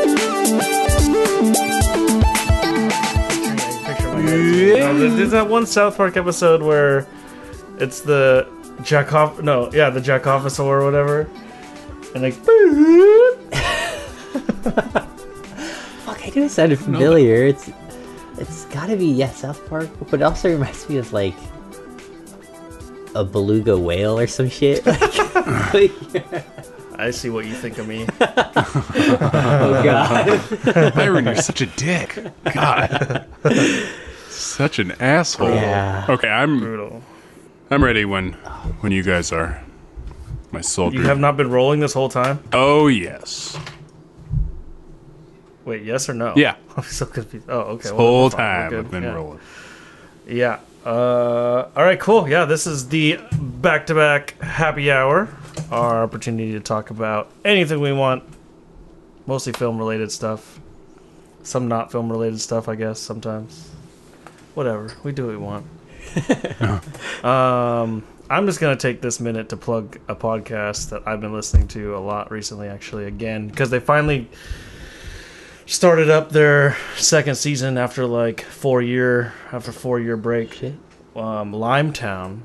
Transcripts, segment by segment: No, Oh, there's, there's that one South Park episode where it's the Jackoff. No, yeah, the Jackofficer or whatever. And like, Fuck, I knew it sounded familiar. It's it's gotta be yeah, South Park, but it also reminds me of like a beluga whale or some shit. Like, like, I see what you think of me. oh god. Byron, you're such a dick. God. such an asshole. Yeah. Okay, I'm Brutal. I'm ready when when you guys are. My soldier. You have not been rolling this whole time? oh yes. Wait, yes or no? Yeah. I'm so confused. Oh, okay. well, Whole we're fine. We're time good. I've been yeah. rolling. Yeah. Uh, all right, cool. Yeah, this is the back to back happy hour. Our opportunity to talk about anything we want, mostly film related stuff. Some not film related stuff, I guess, sometimes. Whatever. We do what we want. um, I'm just going to take this minute to plug a podcast that I've been listening to a lot recently, actually, again, because they finally started up their second season after like four year after four year break Shit. um, Limetown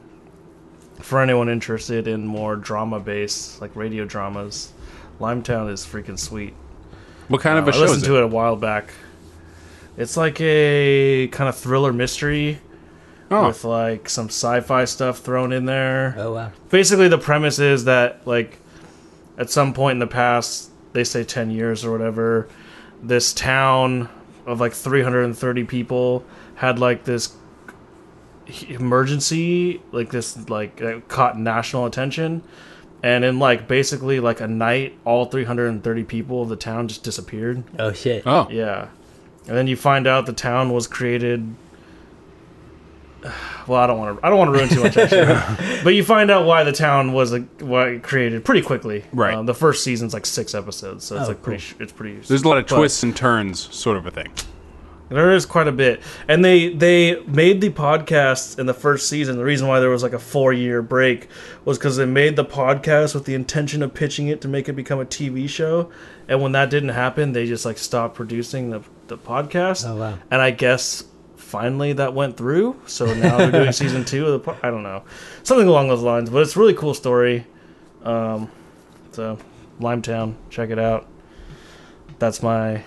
for anyone interested in more drama based like radio dramas. Limetown is freaking sweet. What kind of a I show is listened it? to it a while back. It's like a kind of thriller mystery Oh, with like some sci-fi stuff thrown in there. Oh wow. Basically, the premise is that like at some point in the past, they say ten years or whatever, this town of like 330 people had like this emergency like this like uh, caught national attention and in like basically like a night all 330 people of the town just disappeared Oh shit. oh, yeah. And then you find out the town was created well, I don't want to. I don't want to ruin too much, actually. but you find out why the town was like, why created pretty quickly. Right. Um, the first season's like six episodes, so it's Oh, like pretty. cool. sh- It's pretty. there's a lot of but- twists and turns, sort of a thing. there is quite a bit, and they they made the podcast in the first season. The reason why there was like a four year break was because they made the podcast with the intention of pitching it to make it become a TV show, and when that didn't happen, they just like stopped producing the the podcast. Oh, wow. And I guess finally that went through, so now they're doing season two of the. Po- I don't know, something along those lines, but it's a really cool story. Um, so Limetown, check it out. That's my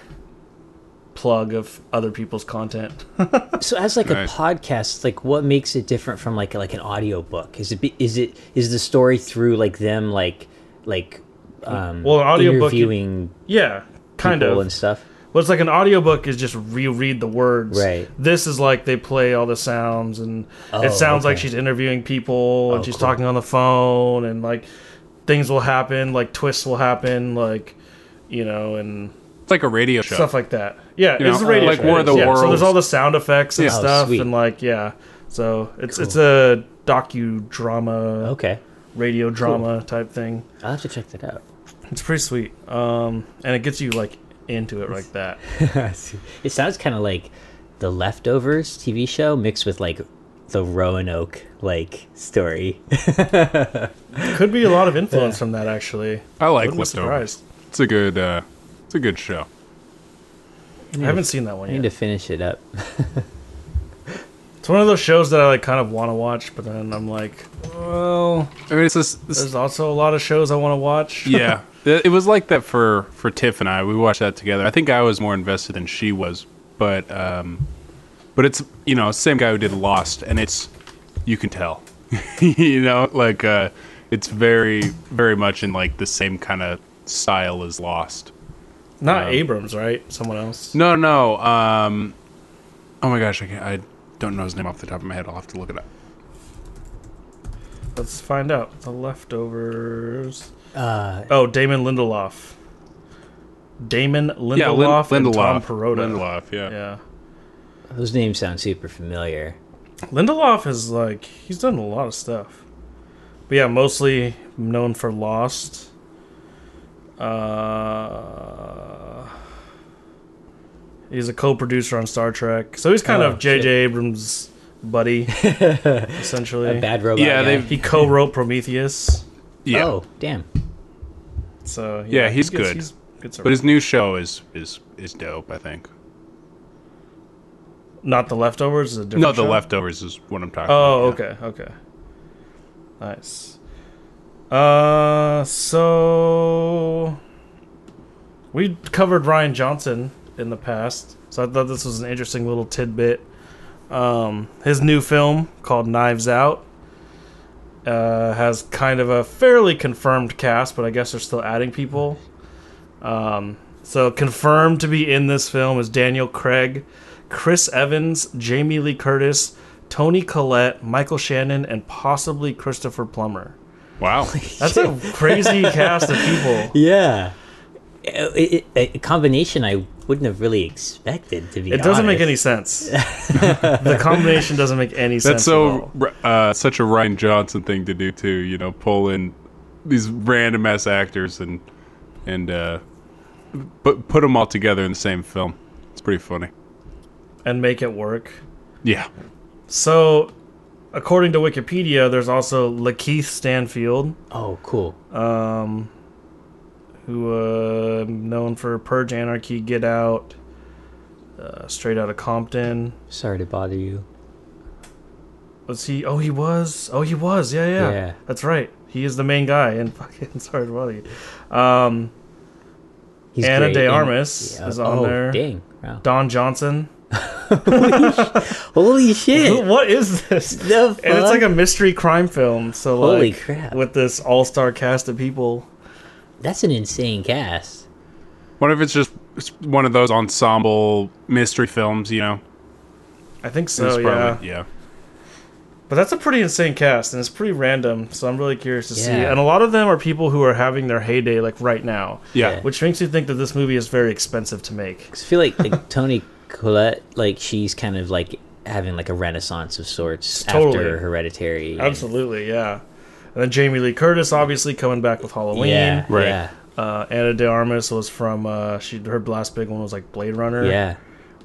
plug of other people's content. So as like a Nice. podcast, like what makes it different from like like an audiobook? Is it be, is it is the story through like them like like um Well, an audiobook, you- interviewing Yeah, kind people of. and stuff? Well, it's like an audiobook is just reread the words. Right. This is like they play all the sounds, and Oh, it sounds like okay. she's interviewing people, and Oh, she's cool. talking on the phone, and like things will happen, like twists will happen, like you know, and It's like a radio show. stuff like that. Yeah, You it's know, a radio. like show. War of the yeah, So Worlds. there's all the sound effects and Yeah. Oh, stuff, sweet. and like yeah. So it's it's a docudrama, Okay, radio drama type thing. I'll have to check that out. It's pretty sweet, um, and it gets you like into it like that. it sounds kind of like the leftovers TV show mixed with like the Roanoke like story. Could be a lot of influence from that actually. I like Wouldn't be leftovers. surprised. It's a good. Uh, it's a good show. I haven't seen that one I need yet. to finish it up. It's one of those shows that I like kind of want to watch, but then I'm like, well, I mean, it's just, it's- there's also a lot of shows I want to watch. yeah. It it was like that for for Tiff and I. We watched that together. I think I was more invested than she was, but um, but it's you know same guy who did Lost, and it's you can tell, you know, like uh, it's very very much in like the same kind of style as Lost. Not Um, Abrams, right? Someone else. No, no. Um, oh my gosh, I, can't, I don't know his name off the top of my head. I'll have to look it up. Let's find out. The leftovers. Uh, Oh, Damon Lindelof. Damon Lindelof, yeah, Lin- Lindelof, and Tom Perrotta. Lindelof, yeah. Yeah. those names sound super familiar. Lindelof is like he's done a lot of stuff, but yeah, mostly known for Lost. Uh, he's a co-producer on Star Trek, so he's kind Oh, of J.J. shit. Abrams' buddy, A essentially. bad robot. Yeah, guy. they've- He co-wrote Prometheus, Yeah. Oh damn. so Yeah, he he's gets- good. gets But his around. new show is is is dope, I think. Not the leftovers. is a different No, the show? leftovers is what I'm talking Oh, about. yeah. okay, okay. Nice. Uh, so we covered Ryan Johnson in the past, so I thought this was an interesting little tidbit. Um, his new film called Knives Out uh, has kind of a fairly confirmed cast, but I guess they're still adding people. Um, so confirmed to be in this film is Daniel Craig, Chris Evans, Jamie Lee Curtis, Tony Collette, Michael Shannon, and possibly Christopher Plummer. Wow. That's a crazy cast of people. Yeah. A, Uh, a- a combination I wouldn't have really expected to be. It doesn't make any honest. sense. the combination doesn't make any sense. That's at all. so uh, such a Ryan Johnson thing to do too. You know, pull in these random ass actors and and uh, but put them all together in the same film. It's pretty funny. and make it work. Yeah. So, according to Wikipedia, there's also Lakeith Stanfield, Oh, cool. who uh, known for Purge, Anarchy, Get Out, uh, Straight Outta Compton. Sorry to bother you. Was he? Oh, he was. Oh, he was. Yeah, yeah. Yeah. That's right. He is the main guy. And fucking sorry to bother you. Um, He's Ana great de in- Armas is on oh, there. Dang. Wow. Don Johnson. Holy shit. What is this? The And it's like fuck? a mystery crime film. So like, Holy crap. With this all-star cast of people. That's an insane cast. What if it's just it's one of those ensemble mystery films? You know. I think so. It's Oh, yeah. probably- yeah. But that's a pretty insane cast, and it's pretty random. So I'm really curious to see. Yeah. And a lot of them are people who are having their heyday like right now, Yeah. Yeah. which makes you think that this movie is very expensive to make. 'Cause I feel like like Tony Collette, like she's kind of like having like a renaissance of sorts after Totally. Hereditary. and- Absolutely, yeah. And then Jamie Lee Curtis, obviously coming back with Halloween. Yeah. Right. Yeah. Uh, Anna De Armas was from uh, she her last big one was like Blade Runner. Yeah.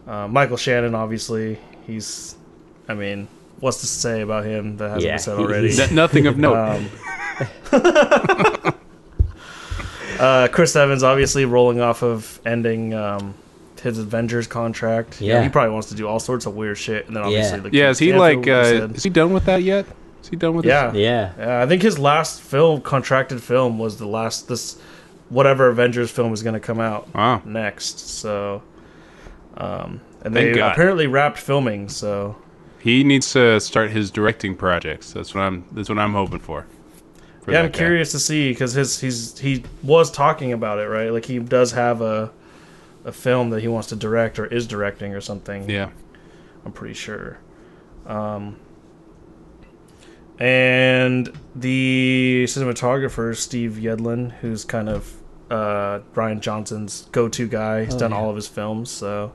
Uh, Michael Shannon, obviously, he's. I mean, what's to say about him that hasn't Yeah, been said he- already? he's- N- nothing of note. Um, uh, Chris Evans obviously rolling off of ending um, his Avengers contract. You know, Yeah. he probably wants to do all sorts of weird shit. And then obviously, Yeah. the yeah. Is he Santa, like? we Uh, said. is he done with that yet? Is he done with? yeah, This? Yeah. yeah. I think his last film, contracted film, was the last this whatever Avengers film was going to come out Wow. next. So, um, and they Thank God. apparently wrapped filming. So He needs to start his directing projects. That's what I'm. That's what I'm hoping for. for yeah, that I'm guy. curious to see because his he's he was talking about it, right? Like he does have a a film that he wants to direct or is directing or something. Yeah. I'm pretty sure. Um, and the cinematographer Steve Yedlin, who's kind of uh, Ryan Johnson's go-to guy, he's Oh, done yeah. all of his films. So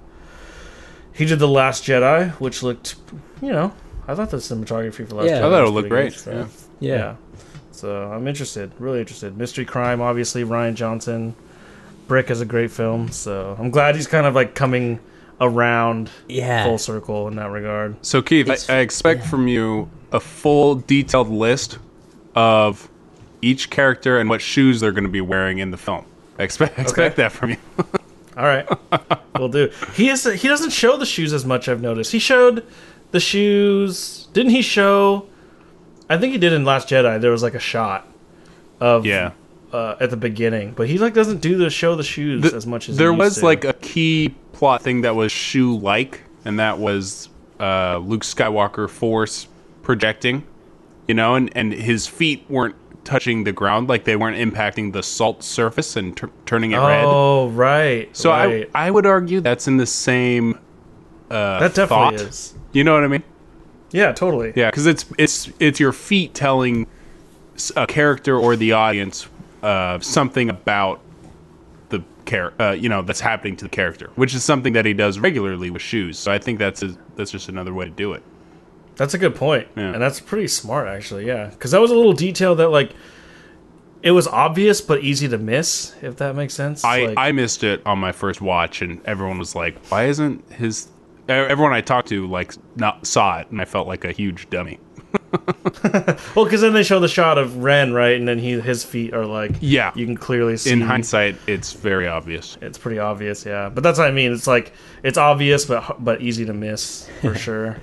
he did the Last Jedi, which looked, you know, I thought the cinematography for Last Yeah. Jedi I thought it was looked pretty great, so- yeah. Yeah. so I'm interested, really interested. Mystery Crime, obviously, Ryan Johnson. Brick is a great film, so I'm glad he's kind of like coming around Yeah. full circle in that regard. So Keith, It's- I, I expect from you a full detailed list of each character and what shoes they're going to be wearing in the film. I expect expect that from you. All right, we'll do. He is he doesn't show the shoes as much. I've noticed. He showed the shoes. Didn't he show? I think he did in Last Jedi. There was like a shot of yeah. uh, at the beginning, but he like doesn't do the show the shoes Th- as much as he there used was to. like a key plot thing that was shoe like, and that was uh, Luke Skywalker force projecting, you know, and and his feet weren't touching the ground, like they weren't impacting the salt surface and tur turning it red. oh right. So right. I I would argue that's in the same. Uh, that definitely thought. is. You know what I mean? Yeah, totally. Yeah, because it's it's it's your feet telling s- a character or the audience uh, something about the char- uh, you know, that's happening to the character, which is something that he does regularly with shoes. So I think that's a, that's just another way to do it. That's a good point, Yeah. and that's pretty smart actually. Yeah, because that was a little detail that like it was obvious but easy to miss, if that makes sense. I Like- I missed it on my first watch, and everyone was like, "Why isn't his?" e- Everyone I talked to like not saw it, and I felt like a huge dummy. Well, because then they show the shot of Ren, right, and then he his feet are like Yeah. you can clearly see. In hindsight, it's very obvious. it's pretty obvious, yeah. But that's what I mean. It's like it's obvious, but but easy to miss for sure.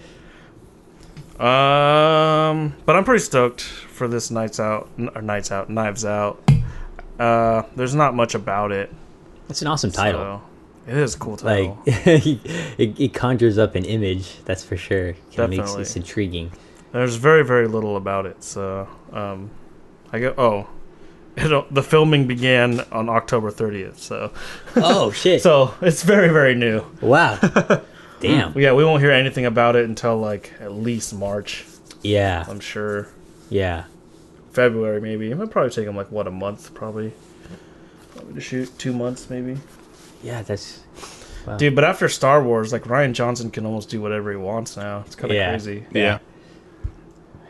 Um, but I'm pretty stoked for this nights out or nights out, knives out. Uh, there's not much about it. It's an awesome title. So it is a cool like title. it, it conjures up an image that's for sure it makes Definitely. it's intriguing There's very very little about it. So um, I go oh. It, the filming began on October 30th, so oh shit so it's very very new. wow damn Yeah, we won't hear anything about it until like at least March, yeah I'm sure. yeah February maybe. It might probably take them like what a month probably. Probably to shoot two months maybe. yeah that's wow. Dude, but after Star Wars, like Ryan Johnson can almost do whatever he wants now. It's kind of Yeah. crazy. Yeah.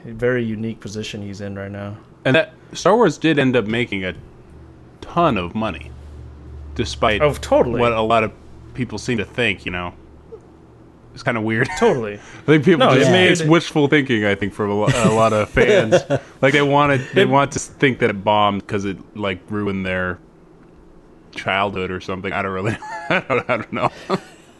A very unique position he's in right now. And that Star Wars did end up making a ton of money, despite Oh, totally. what a lot of people seem to think. You know, it's kind of weird. Totally. I think people No, just it made- it's wishful thinking. I think from a, lo- a lot of fans, like they wanted they want to think that it bombed because it like ruined their childhood or something. I don't really, I don't, I don't know.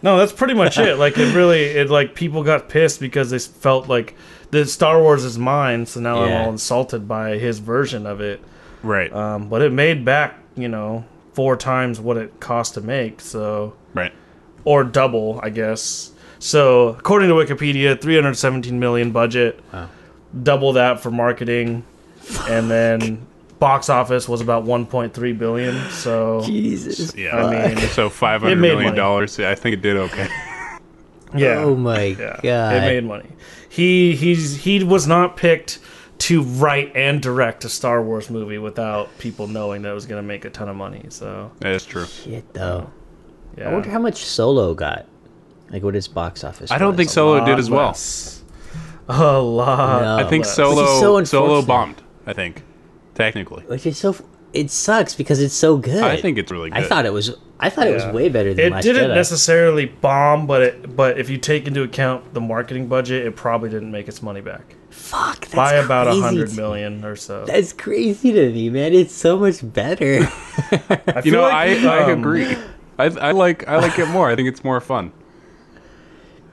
No, that's pretty much it. Like it really, it like people got pissed because they felt like the Star Wars is mine, so now Yeah. I'm all insulted by his version of it. Right, Um, but it made back, you know, four times what it cost to make, so right. or double, I guess. So according to Wikipedia, 317 million budget, Wow. double that for marketing, and then box office was about 1.3 billion. So jesus Yeah, I mean, so five hundred made million money. dollars. Yeah, I think it did okay. yeah. oh my Yeah, god it made money. He he's he was not picked to write and direct a Star Wars movie without people knowing that it was going to make a ton of money. So That's true. shit though yeah, i wonder how much solo got like what his box office I don't was. think Solo did lot as well. less. A lot. No. I think Which is Solo so Solo unfortunate. bombed. I think technically. which is so f- it sucks because it's so good I think it's really i good. thought it was i thought it was Yeah. way better than It last didn't Jedi. necessarily bomb, but it but if you take into account the marketing budget, it probably didn't make its money back fuck that's by about a crazy hundred to- million or so. that's crazy to me man it's so much better I you feel know, like I, we, I um, agree. I, I like I like it more. I think it's more fun.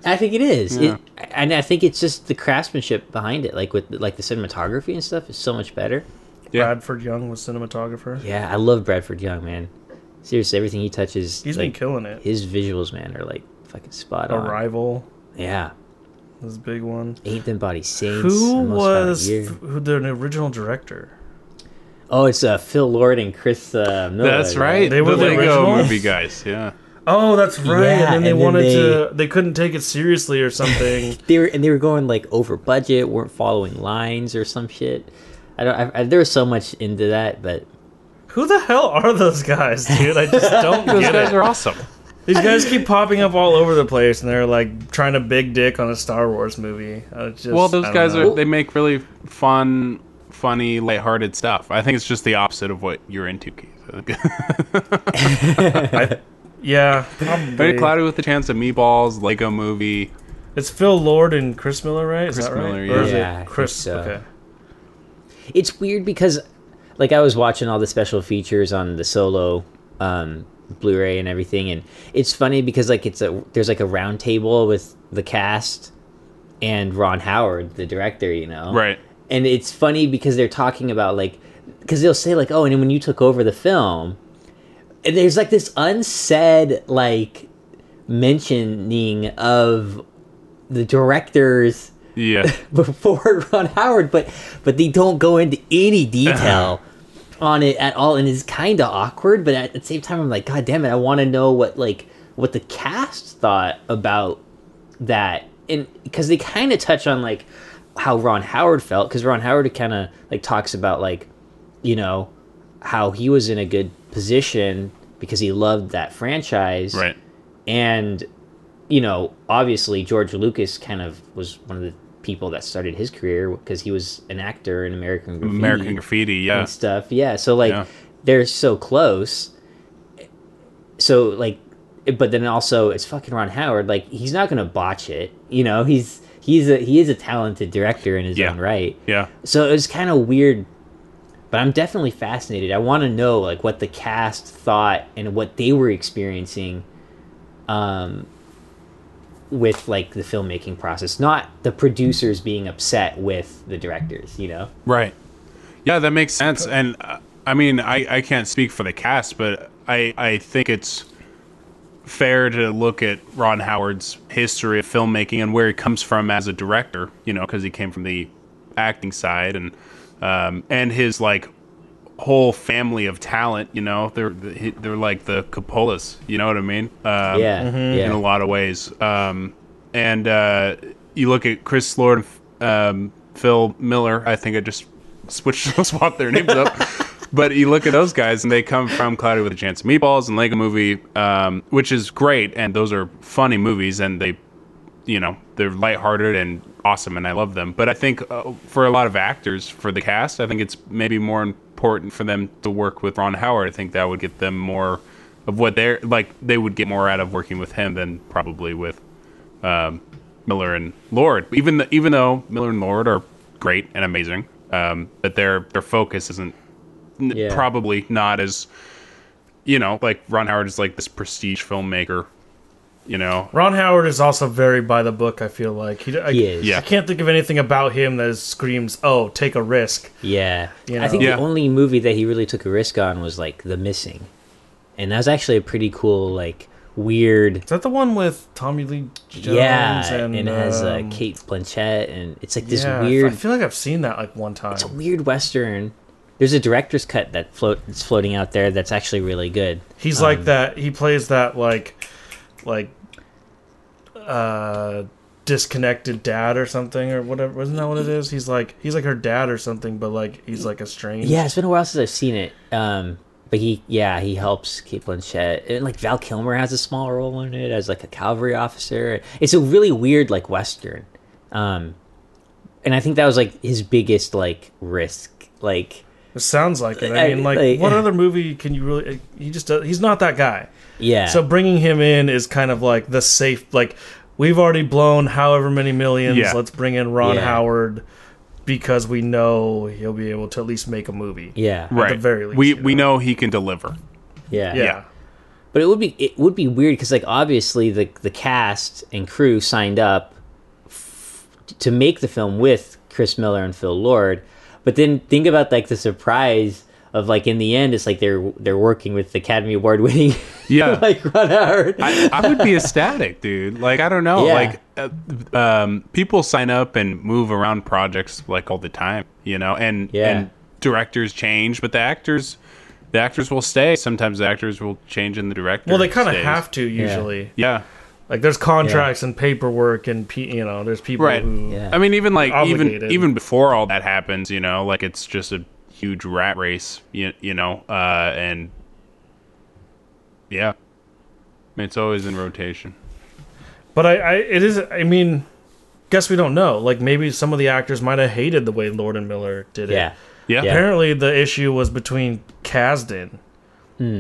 I think it is, Yeah. it, and I think it's just the craftsmanship behind it, like with like the cinematography and stuff, is so much better. Yeah. Bradford Young was cinematographer. Yeah, I love Bradford Young, man. Seriously, everything he touches, He's been like, killing it. his visuals, man, are like fucking spot on. Arrival Yeah, was a big one. Ain't Them Body Saints. Who Almost About a was Year. who the original director? Oh, it's uh, Phil Lord and Chris uh, Miller. That's right. They were the the Lego original? movie guys. Yeah. Oh, that's right. Yeah, and then and they then wanted they- to they couldn't take it seriously or something. They were and they were going like over budget, weren't following lines or some shit. I don't. I, I, there was so much into that, but who the hell are those guys, dude? I just don't Those get guys it. are awesome. These guys keep popping up all over the place and they're like trying to big dick on a Star Wars movie. I just, Well, those I don't guys know. are they make really fun, funny, lighthearted stuff. I think it's just the opposite of what you're into, Keith. Yeah, probably. Very cloudy with the chance of meatballs, Lego movie. It's Phil Lord and Chris Miller, right? Is Chris that right? Miller, uh, Or is yeah. Yeah, I it think Chris? so. Okay. it's weird because like i was watching all the special features on the solo um blu-ray and everything and it's funny because like it's a there's like a round table with the cast and ron howard the director you know Right. and it's funny because they're talking about like because they'll say like oh and then when you took over the film and there's like this unsaid like mentioning of the director's Yeah. before Ron Howard, but but they don't go into any detail on it at all, and it's kind of awkward. But at the same time, I'm like, God damn it, I want to know what like what the cast thought about that, and because they kind of touch on like how Ron Howard felt, because Ron Howard kind of like talks about like you know how he was in a good position because he loved that franchise, Right. and you know obviously george lucas kind of was one of the people that started his career because he was an actor in american graffiti American Graffiti. Yeah. and stuff yeah so like Yeah. they're so close so like but then also it's fucking ron howard like he's not gonna botch it you know he's he's a he is a talented director in his Yeah. own right. Yeah. So it was kind of weird, but I'm definitely fascinated. I want to know like what the cast thought and what they were experiencing, um, with like the filmmaking process, not the producers being upset with the directors. You know, Right. Yeah, that makes sense. And uh, I mean, I, I can't speak for the cast, but I, I think it's fair to look at Ron Howard's history of filmmaking and where he comes from as a director, you know, because he came from the acting side and um, and his like whole family of talent, you know, they're they're like the Coppolas, you know what I mean? Um, yeah, mm-hmm. yeah, in a lot of ways. Um, and uh, you look at Chris Lord and um, Phil Miller. I think I just switched swapped their names up. But you look at those guys, and they come from Cloudy with a Chance of Meatballs and Lego Movie, um, which is great. And those are funny movies, and they, you know, they're lighthearted and awesome, and I love them. But I think uh, for a lot of actors, for the cast, I think it's maybe more important for them to work with Ron Howard. I think that would get them more of what they're like. They would get more out of working with him than probably with um, Miller and Lord. Even th even though Miller and Lord are great and amazing, um, but their their focus isn't n- Yeah. probably not as you know like Ron Howard is like this prestige filmmaker. You know, Ron Howard is also very by the book. I feel like he, I, He is. I Yeah. can't think of anything about him that screams, "Oh, take a risk." yeah. You I think know. Yeah. the only movie that he really took a risk on was like The Missing, and that was actually a pretty cool like weird. Is that the one with Tommy Lee Jones? yeah, and, it has uh, um, Kate Blanchett, and it's like this yeah, I f- weird I feel like I've seen that like one time. it's a weird western. There's a director's cut that float that's floating out there that's actually really good. He's like that. He plays that like, like, uh, disconnected dad or something or whatever. Isn't that what it is? He's like he's like her dad or something, but like he's like estranged. Yeah, it's been a while since I've seen it. Um, but he, yeah, he helps Kate Blanchett, and like Val Kilmer has a small role in it as like a cavalry officer. It's a really weird like western, um, and I think that was like his biggest like risk. Like, It sounds like it. I I- mean, like, like- what other movie can you really? He just does, he's not that guy. yeah, So bringing him in is kind of like the safe. Like we've already blown however many millions. Yeah. Let's bring in Ron Yeah. Howard because we know he'll be able to at least make a movie. yeah, right? very least, we you we know he can deliver. yeah, Yeah. Yeah. But it would be it would be weird because like obviously the the cast and crew signed up f- to make the film with Chris Miller and Phil Lord, but then think about like the surprise of like in the end it's like they're they're working with the Academy Award winning Yeah. like Ron Howard. I, I would be ecstatic, dude. Like I don't know, Yeah. like uh, um, people sign up and move around projects like all the time, you know, and Yeah. and directors change, but the actors, the actors will stay. Sometimes the actors will change, and the director. Well, they kind of stays. have to usually. Yeah, Like there's contracts and paperwork and pe- you know there's people right. who Yeah. I mean, even like Obligated. even even before all that happens, you know, like it's just a huge rat race, you, you know, uh, and yeah, I mean, it's always in rotation. But I, I it is I mean guess we don't know. Like maybe some of the actors might have hated the way Lord and Miller did it. yeah. Yeah. Yeah. Apparently the issue was between Kasdan.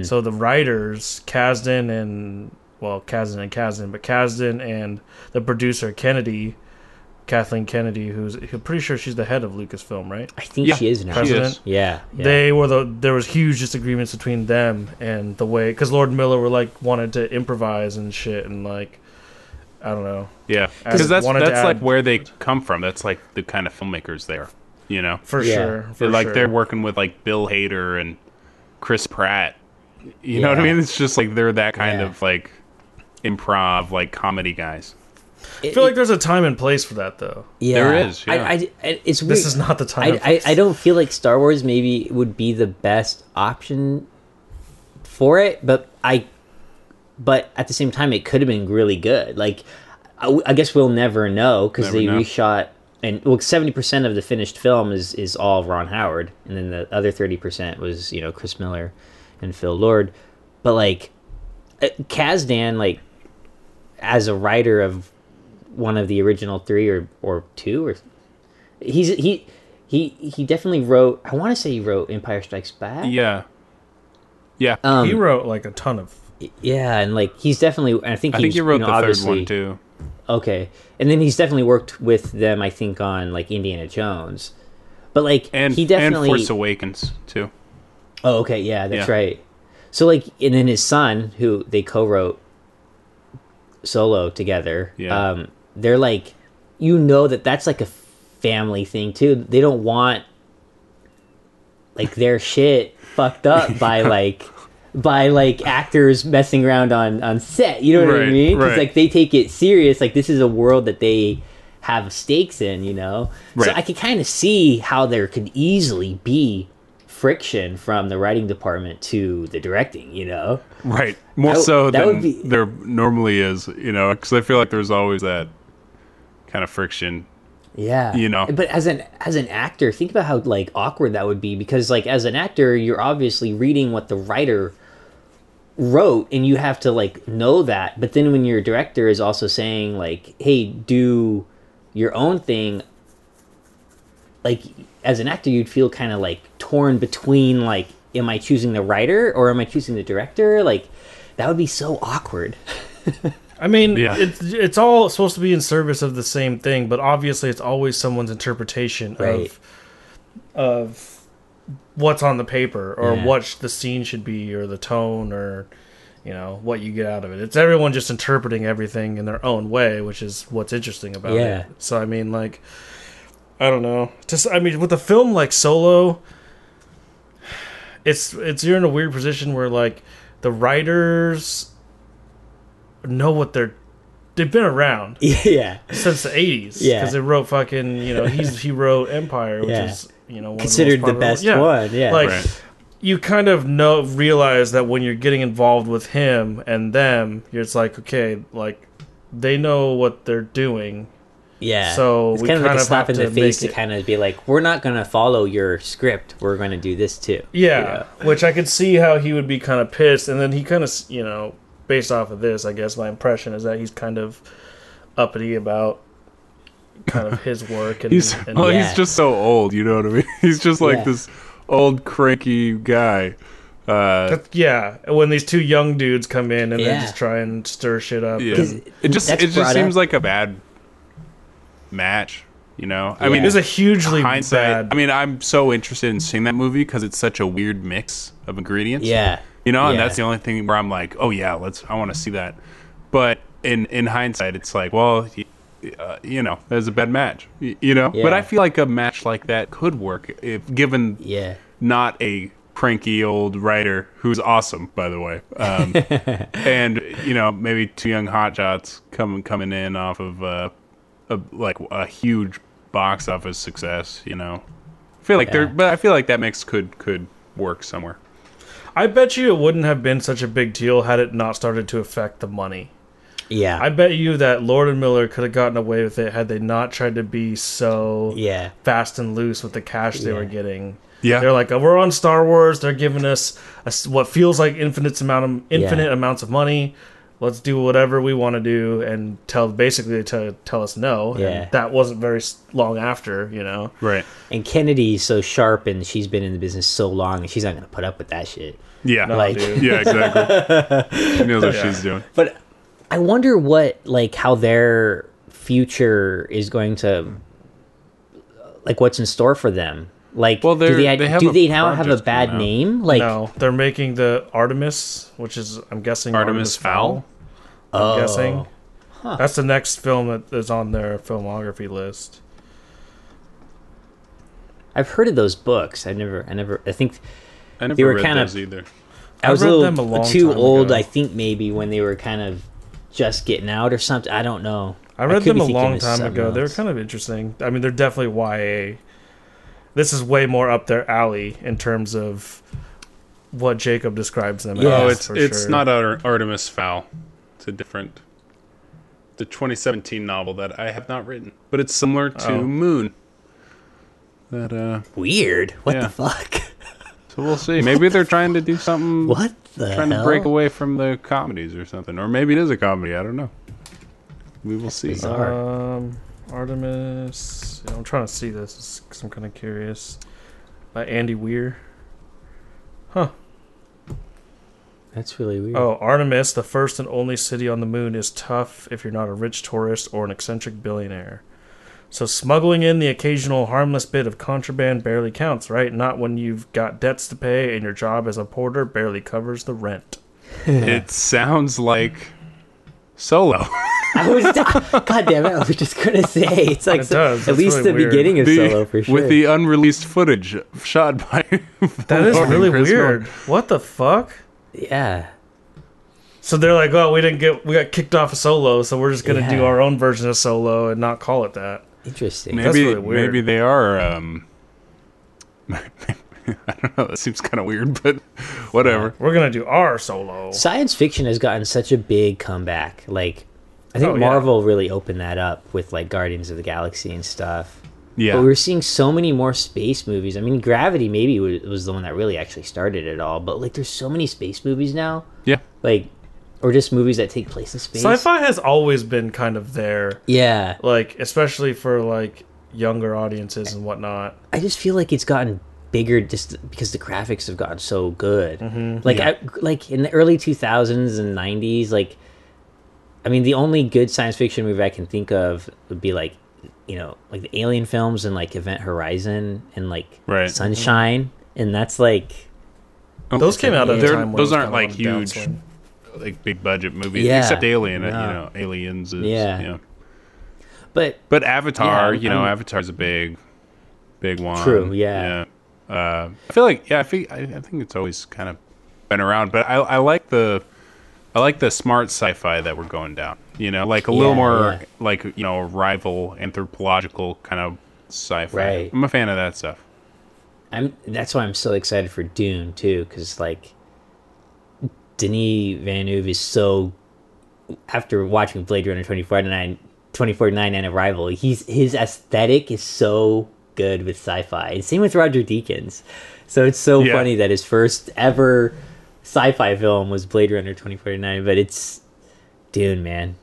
So the writers, Kasdan and well, Kasdan and Kasdan, but Kasdan and the producer Kennedy, Kathleen Kennedy, who's I'm pretty sure she's the head of Lucasfilm, right? I think Yeah. she is now. She President. is. Yeah, yeah. they were the there was huge disagreements between them and the way because Lord and Miller were like wanted to improvise and shit and like I don't know Yeah, Because because that's wanted to that's like add- where they come from. That's like the kind of filmmakers they are. You know, for Yeah. sure for They're like sure. they're working with like Bill Hader and Chris Pratt. You know what I Yeah. mean? It's just like they're that kind Yeah. of like improv, like comedy guys. I feel like there's a time and place for that though yeah. there is, I- yeah. I, I- it's weird. this is not the time I, and I, place. I don't feel like Star Wars maybe would be the best option for it, but I, but at the same time, it could have been really good. Like, I, I guess we'll never know because Never they know. reshot and well, seventy percent of the finished film is is all Ron Howard, and then the other thirty percent was you know Chris Miller and Phil Lord, but like, uh, Kazdan like as a writer of one of the original three or or two or he's he he he definitely wrote i want to say he wrote empire strikes back Yeah, yeah. um, he wrote like a ton of yeah and like he's definitely i think I he think was, you wrote know, the third obviously- one too. Okay, and then he's definitely worked with them. I think on like Indiana Jones, but like and he definitely and Force Awakens too. Oh, okay, yeah, that's Yeah. right. So like, and then his son, who they co-wrote solo together, Yeah. um, they're like, you know that that's like a family thing too. They don't want like their shit fucked up by like by like actors messing around on on set. You know what I Right, mean? 'Cause, right. like they take it serious. Like this is a world that they have stakes in. You know, so Right. I could kind of see how there could easily be friction from the writing department to the directing. You know, Right. More That w- so that than would be- there normally is, you know, because I feel like there's always that kind of friction. yeah, You know. But as an as an actor, think about how like awkward that would be because like as an actor, you're obviously reading what the writer wrote and you have to like know that but then when your director is also saying like hey do your own thing like as an actor you'd feel kind of like torn between like am i choosing the writer or am i choosing the director like that would be so awkward I mean, Yeah. it's it's all supposed to be in service of the same thing, but obviously, it's always someone's interpretation Right. of of what's on the paper or Yeah. what sh- the scene should be or the tone or you know what you get out of it. It's everyone just interpreting everything in their own way, which is what's interesting about Yeah. it. So I mean, like, I don't know. Just I mean, with a film like Solo, it's it's you're in a weird position where like the writers know what they're they've been around yeah since the 80s Yeah. because they wrote fucking you know he's he wrote empire which Yeah. is you know one considered of the, the most popular- best yeah. one yeah like Right. you kind of know realize that when you're getting involved with him and them you're it's like okay like they know what they're doing yeah so it's we kind of like kind a of slap in have the to face to make it- kind of be like we're not gonna follow your script we're gonna do this too Yeah, which I could see how he would be kind of pissed, and then he kind of, you know, based off of this, I guess my impression is that he's kind of uppity about kind of his work and, He's and well, Yeah. he's just so old, you know what I mean? He's just like Yeah. this old cranky guy. Uh, yeah, when these two young dudes come in and Yeah. they just try and stir shit up. yeah. 'Cause It just that's it just brought seems up- like a bad match, you know? I mean, It was a hugely bad. hindsight. I mean, I'm so interested in seeing that movie because it's such a weird mix of ingredients. yeah You know, and Yeah. that's the only thing where I'm like, oh yeah, let's. I want to see that. But in in hindsight, it's like, well, y- uh, you know, that was a bad match. y- You know, but Yeah. I feel like a match like that could work if given yeah not a cranky old writer who's awesome, by the way, um, and you know, maybe two young hotshots coming coming in off of uh, a, like a huge box office success. You know, I feel like Yeah. there, but I feel like that mix could could work somewhere. I bet you it wouldn't have been such a big deal had it not started to affect the money. yeah I bet you that Lord and Miller could have gotten away with it had they not tried to be so yeah fast and loose with the cash they were Yeah. getting. Yeah. they're like, oh, we're on Star Wars. They're giving us a s what feels like infinite amount of infinite Yeah. amounts of money. Let's do whatever we want to do and tell basically they tell tell us no. Yeah. And that wasn't very s- long after, you know. Right. And Kennedy's so sharp, and she's been in the business so long, and she's not going to put up with that shit. Yeah. Like- dude. Yeah, exactly. she knows what she's doing. But I wonder what, like, how their future is going to, like, what's in store for them. Like, Well, do they're- they, they have do a they now have a project bad coming out. name? Like, no, they're making the Artemis, which is I'm guessing Artemis Fowl? I'm oh, guessing that's the next film that is on their filmography list. I've heard of those books. I never, I never, I think I never They were read kinda- those either. I was read a little them a long too time old, ago. I think maybe when they were kind of just getting out or something. I don't know. I read could them be a thinking long of time something ago. They're else. kind of interesting. I mean, they're definitely YA. This is way more up their alley in terms of what Jacob describes them Yeah. as. Oh, it's for it's sure. not Ar- Artemis Fowl. It's a different the 2017 novel that I have not written, but it's similar to Oh. Moon. That uh weird. What Yeah. the fuck? so we'll see. Maybe they're trying to do something What the trying hell? to break away from the comedies or something or maybe it is a comedy, I don't know. We will see. bizarre. Um, Artemis. I'm trying to see this because I'm kind of curious. By Andy Weir. Huh. That's really weird. Oh, Artemis, the first and only city on the moon, is tough if you're not a rich tourist or an eccentric billionaire. So smuggling in the occasional harmless bit of contraband barely counts, right? Not when you've got debts to pay and your job as a porter barely covers the rent. It sounds like Solo. I was, God damn it! I was just gonna say it's like It so- does, at it's least really the weird. beginning of The- solo for sure. With the unreleased footage shot by. That is Lord really Chris weird. Norton. What the fuck? yeah, So they're like, "Oh, we didn't get we got kicked off of Solo, so we're just going to do Yeah. our own version of Solo and not call it that." interesting. Maybe That's really weird. maybe they are. Um, I don't know. That seems kind of weird, but whatever. We're going to do our Solo. Science fiction has gotten such a big comeback. Like, I think Oh, yeah. Marvel really opened that up with like Guardians of the Galaxy and stuff. Yeah. But we were seeing so many more space movies. I mean, Gravity maybe was, was the one that really actually started it all. But like, there's so many space movies now. yeah. Like, or just movies that take place in space. Sci-fi has always been kind of there. Yeah, like especially for like younger audiences and whatnot. I just feel like it's gotten bigger just because the graphics have gotten so good. Mm-hmm. Like I, like in the early 2000s and 90s like I mean the only good science fiction movie I can think of would be like you know like the alien films and like Event Horizon and like Right. Sunshine and that's like Those came out at a They're- time when those it was kind aren't like of on a huge, downswing. like big budget movies. Yeah. Except Alien. uh, No. You know, Aliens. Is, Yeah. You know. but But Avatar, Yeah, you know, I'm- Avatar's a big, big one. True, yeah. Yeah. Uh, I feel like yeah, I think I, I think it's always kind of been around, but I, I like the, I like the smart sci-fi that we're going down. You know, like a little Yeah, more yeah. like you know rival anthropological kind of sci-fi. Right. I'm a fan of that stuff. I'm that's why I'm so excited for Dune too, because like Denis Villeneuve is so. After watching Blade Runner 2049, 2049 and Arrival, he's his aesthetic is so good with sci-fi, and same with Roger Deakins. So it's so Yeah. funny that his first ever sci-fi film was Blade Runner 2049, but it's Dune, man.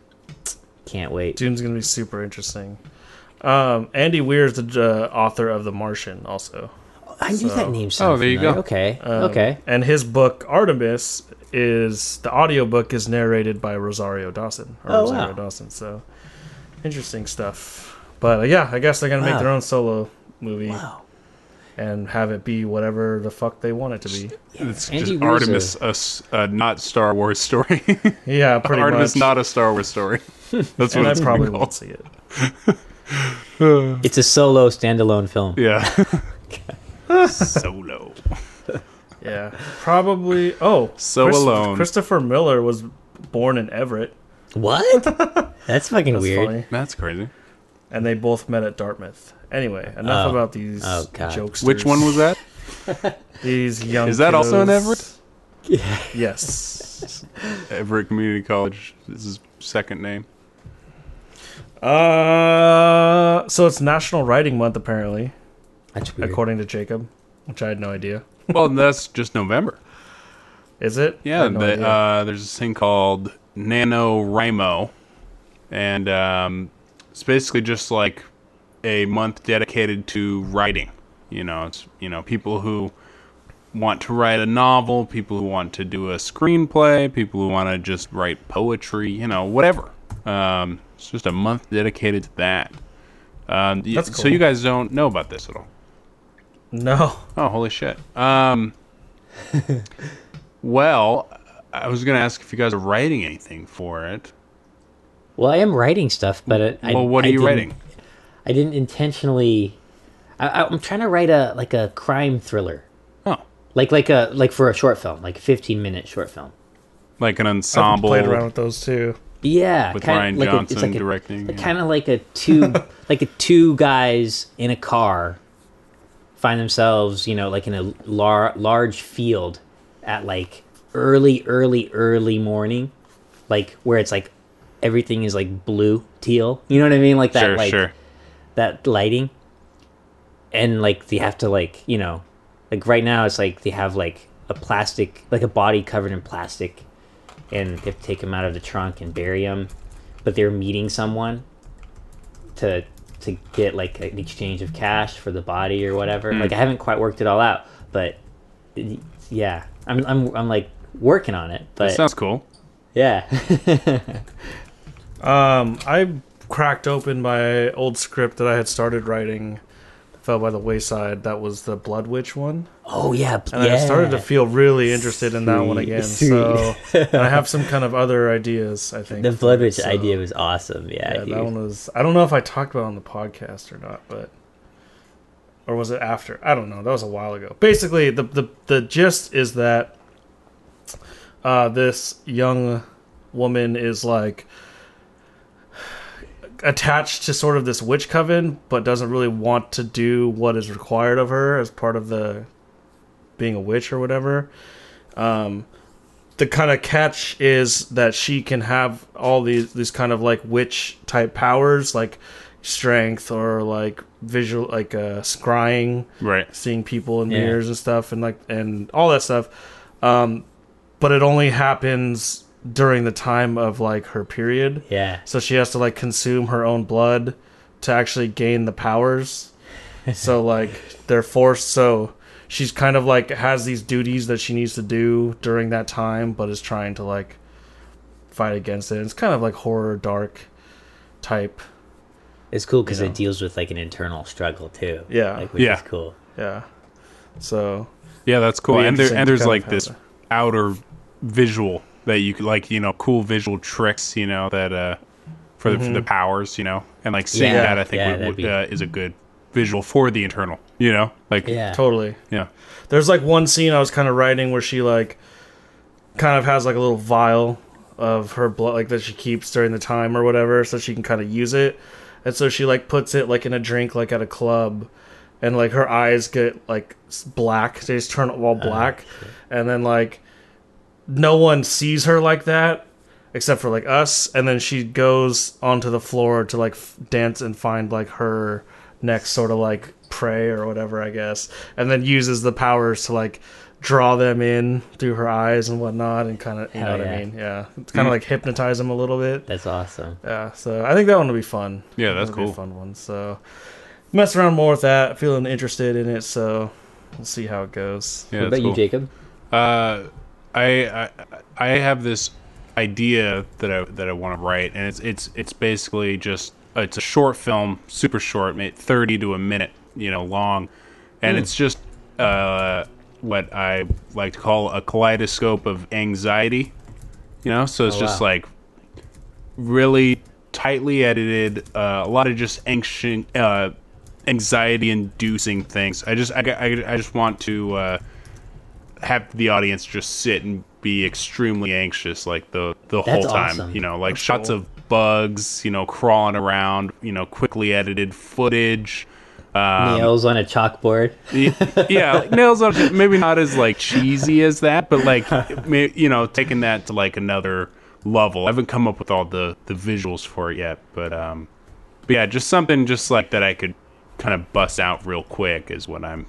Can't wait. Dune's gonna be super interesting. Um, Andy Weir's the uh, author of The Martian, also, I knew that name. Oh, there you sounded familiar. go. Okay, Um, okay. and his book Artemis is the audiobook is narrated by Rosario Dawson. Or Oh, Rosario wow. Dawson. So interesting stuff. But uh, yeah, I guess they're gonna Wow. make their own solo movie Wow. and have it be whatever the fuck they want it to be. It's Andy just Weir's Artemis, a s- a not Star Wars story. Yeah, pretty Artemis, much. not a Star Wars story. That's what and I it's probably probably won't see it. It's a solo standalone film. Yeah. Solo. Yeah, probably. Oh, So alone. Christopher Miller was born in Everett. What? That's fucking That's weird. funny. That's crazy. And they both met at Dartmouth. Anyway, enough Oh. about these Oh, God. jokesters. Which one was that? these young? Is that also in kiddos. Everett? Yeah. Yes. Everett Community College is his second name. Uh, so it's National Writing Month apparently, That's weird. according to Jacob, which I had no idea. Well, that's just November. Is it? I Yeah, had no the- idea. uh, there's this thing called NaNoWriMo, and um, it's basically just like a month dedicated to writing. You know, it's you know people who want to write a novel, people who want to do a screenplay, people who want to just write poetry. You know, whatever. Um, it's just a month dedicated to that. Um, y- That's So cool. you guys don't know about this at all. no. Oh, holy shit. Um, well, I was going to ask if you guys are writing anything for it. well, I am writing stuff, but it, I, well, what are I you didn't- writing? I didn't intentionally. I, I'm trying to write a like a crime thriller, Oh, like like a like for a short film, like a 15 minute short film. like an I've ensemble played around with those too. Yeah, with kinda Ryan like a- it's Johnson like a- directing. yeah. kind of like a two like a two guys in a car find themselves you know like in a lar- large field at like early early early morning like where it's like everything is like blue teal you know what i mean like that sure, like sure. that lighting and like they have to like you know like right now it's like they have like a plastic like a body covered in plastic and they have to take him out of the trunk and bury him but they're meeting someone to to get like an exchange of cash for the Hmm. body or whatever like i haven't quite worked it all out but y- yeah i'm i'm, I'm like working on it, but That sounds cool. yeah, Um, I cracked open my old script that I had started writing. Fell by the wayside. That was the Blood Witch one, oh yeah, and yeah. I started to feel really interested in that one Sweet, again. sweet. So, and I have some kind of other ideas. I think the blood witch So, idea was awesome. Yeah, Yeah, dude. that one was. I don't know if I talked about it on the podcast or not, but or was it after? I don't know. That was a while ago. Basically, the the the gist is that uh, this young woman is like attached to sort of this witch coven, but doesn't really want to do what is required of her as part of the being a witch or whatever. Um, the kind of catch is that she can have all these these kind of like witch type powers, like strength or like visual, like uh, scrying Right. seeing people in Yeah. mirrors and stuff and like and all that stuff um but it only happens during the time of like her period yeah, so she has to like consume her own blood to actually gain the powers so like they're forced so she's kind of like has these duties that she needs to do during that time but is trying to like fight against it it's kind of like horror dark type it's cool because You know. it deals with like an internal struggle too. Yeah. like, which Yeah. is cool. yeah so Yeah, that's cool. Be And there interesting and to there's kind of like have this that. outer visual that you could like, you know, cool visual tricks, you know, that uh for the, for the powers, you know, and like seeing Mm-hmm. Yeah. that I think Yeah, would, that'd would, be- uh, is a good visual for the internal, you know, like Yeah, totally yeah, There's like one scene I was kind of writing where she like kind of has like a little vial of her blood like that she keeps during the time or whatever so she can kind of use it. And so she like puts it like in a drink like at a club and like her eyes get like s- black. They just turn Ah, all black. and then like no one sees her like that except for like us and then she goes onto the floor to like f- dance and find like her next sort of like prey or whatever i guess and then uses the powers to like draw them in through her eyes and whatnot and kind of you Hell know what yeah. Mm. i mean yeah it's kind of like hypnotize them a little bit that's awesome. yeah so i think that one will be fun Yeah, that's That'll be a cool. fun one so mess around more with that feeling interested in it so we'll see how it goes yeah. what that's about cool. you, Jacob? Uh, I, I I have this idea that I that I want to write, and it's it's it's basically just it's a short film, super short, ma- thirty to a minute, you know, long, and Hmm. it's just uh, what I like to call a kaleidoscope of anxiety, you know. So it's Oh, just wow. like really tightly edited, uh, a lot of just anxious. Uh, anxiety inducing things i just I, I, I just want to uh have the audience just sit and be extremely anxious like the the That's whole time awesome. you know like shots cool. of bugs you know crawling around you know quickly edited footage Um, Nails on a chalkboard. Y- yeah like, nails on maybe not as like cheesy as that but like may- you know taking that to like another level i haven't come up with all the the visuals for it yet but um but yeah just something just like that i could kind of bust out real quick is what i'm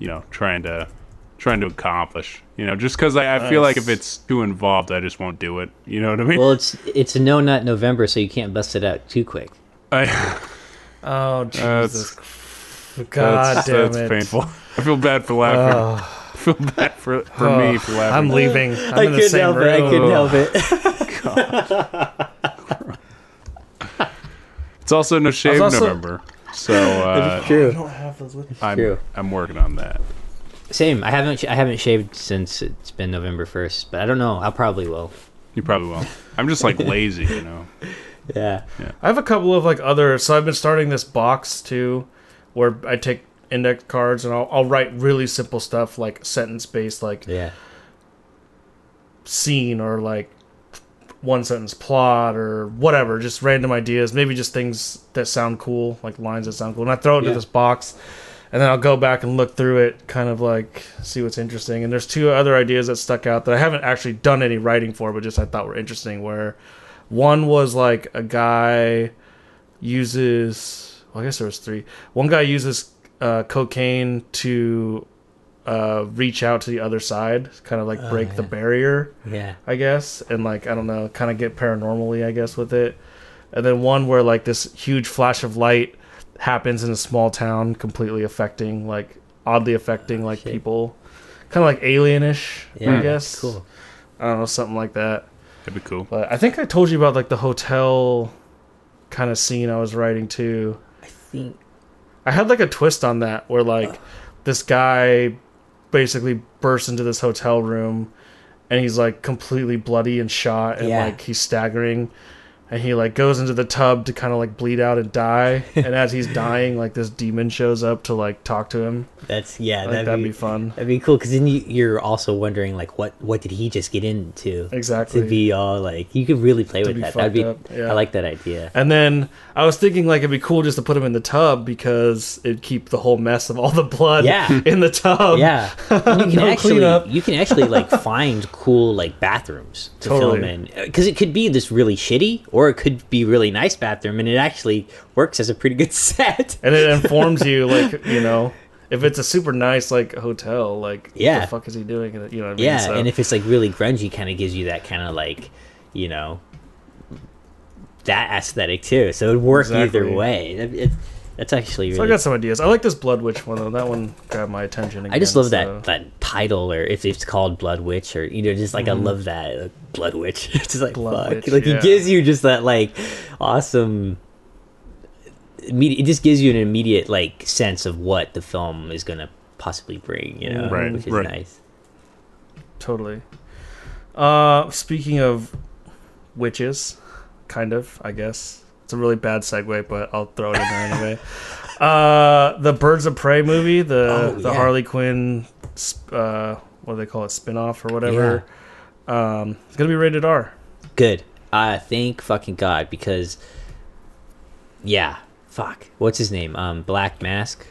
you know trying to trying to accomplish you know just because I, I feel like if Nice. it's too involved i just won't do it you know what i mean Well, it's it's no nut November, so you can't bust it out too quick. I, Oh That's- Jesus! God that's, damn that's it! painful i feel bad for laughing i feel bad for, for me for laughing I'm leaving. I'm in the same room. I couldn't help it. It's also No Shave also- November, so uh, I True. don't have those with me. I'm true. I'm working on that. Same. I haven't sh- I haven't shaved since it's been November first, but I don't know. I probably will. You probably will. I'm just like lazy, you know. Yeah. I have a couple of like other. So I've been starting this box too, where I take index cards and I'll, I'll write really simple stuff like sentence based, like Yeah. scene or like one sentence plot or whatever, just random ideas, maybe just things that sound cool, like lines that sound cool. And I throw it into Yeah. this box and then I'll go back and look through it, kind of like see what's interesting. And there's two other ideas that stuck out that I haven't actually done any writing for, but just I thought were interesting. Where one was like a guy uses, well, I guess there was three. One guy uses uh, cocaine to uh, reach out to the other side, kind of like break the barrier. Yeah. I guess, and like I don't know, kind of get paranormally, I guess, with it. And then one where like this huge flash of light happens in a small town, completely affecting, like oddly affecting, like Oh, shit. people, kind of like alienish, Yeah. I guess. Cool. I don't know, something like that. That'd be cool. But I think I told you about like the hotel kind of scene I was writing too. I think I had like a twist on that where like this guy basically bursts into this hotel room and he's like completely bloody and shot and Yeah. like he's staggering and he like goes into the tub to kind of like bleed out and die and as he's dying like this demon shows up to like talk to him. that's yeah. I that'd, think that'd be, be fun. that'd be cool because then you, you're also wondering like what what did he just get into? Exactly. To be all like you could really play with be that. That'd be fucked up, yeah. I like that idea. And then I was thinking like it'd be cool just to put him in the tub because it'd keep the whole mess of all the blood Yeah. in the tub. yeah, And you can Um, No actually cleanup. you can actually like find cool like bathrooms to Totally. film in because it could be this really shitty or it could be really nice bathroom and it actually works as a pretty good set. And it informs you like, you know, if it's a super nice like hotel, like what Yeah. the fuck is he doing? in it? You know what I mean? yeah, So- and if it's like really grungy, kind of gives you that kind of like you know that aesthetic too. So it would work Exactly. either way. It, it- that's actually so I really. got some ideas. I like this Blood Witch one though. That one grabbed my attention again. I just love so- that that title, or if it's called Blood Witch, or you know, just like I love that like, Blood Witch. it's just like Mm-hmm. Blood fuck, Witch, like yeah. it gives you just that like awesome. immediate- It just gives you an immediate like sense of what the film is gonna possibly bring, you know, Right, which is right. nice. Totally. Uh speaking of witches, kind of, I guess. It's a really bad segue, but I'll throw it in there anyway. Uh the Birds of Prey movie, the Oh, the yeah. Harley Quinn sp- uh what do they call it, spin-off or whatever. Um it's going to be rated R. Good. Uh, thank fucking God because, yeah, fuck. What's his name? Um, Black Mask,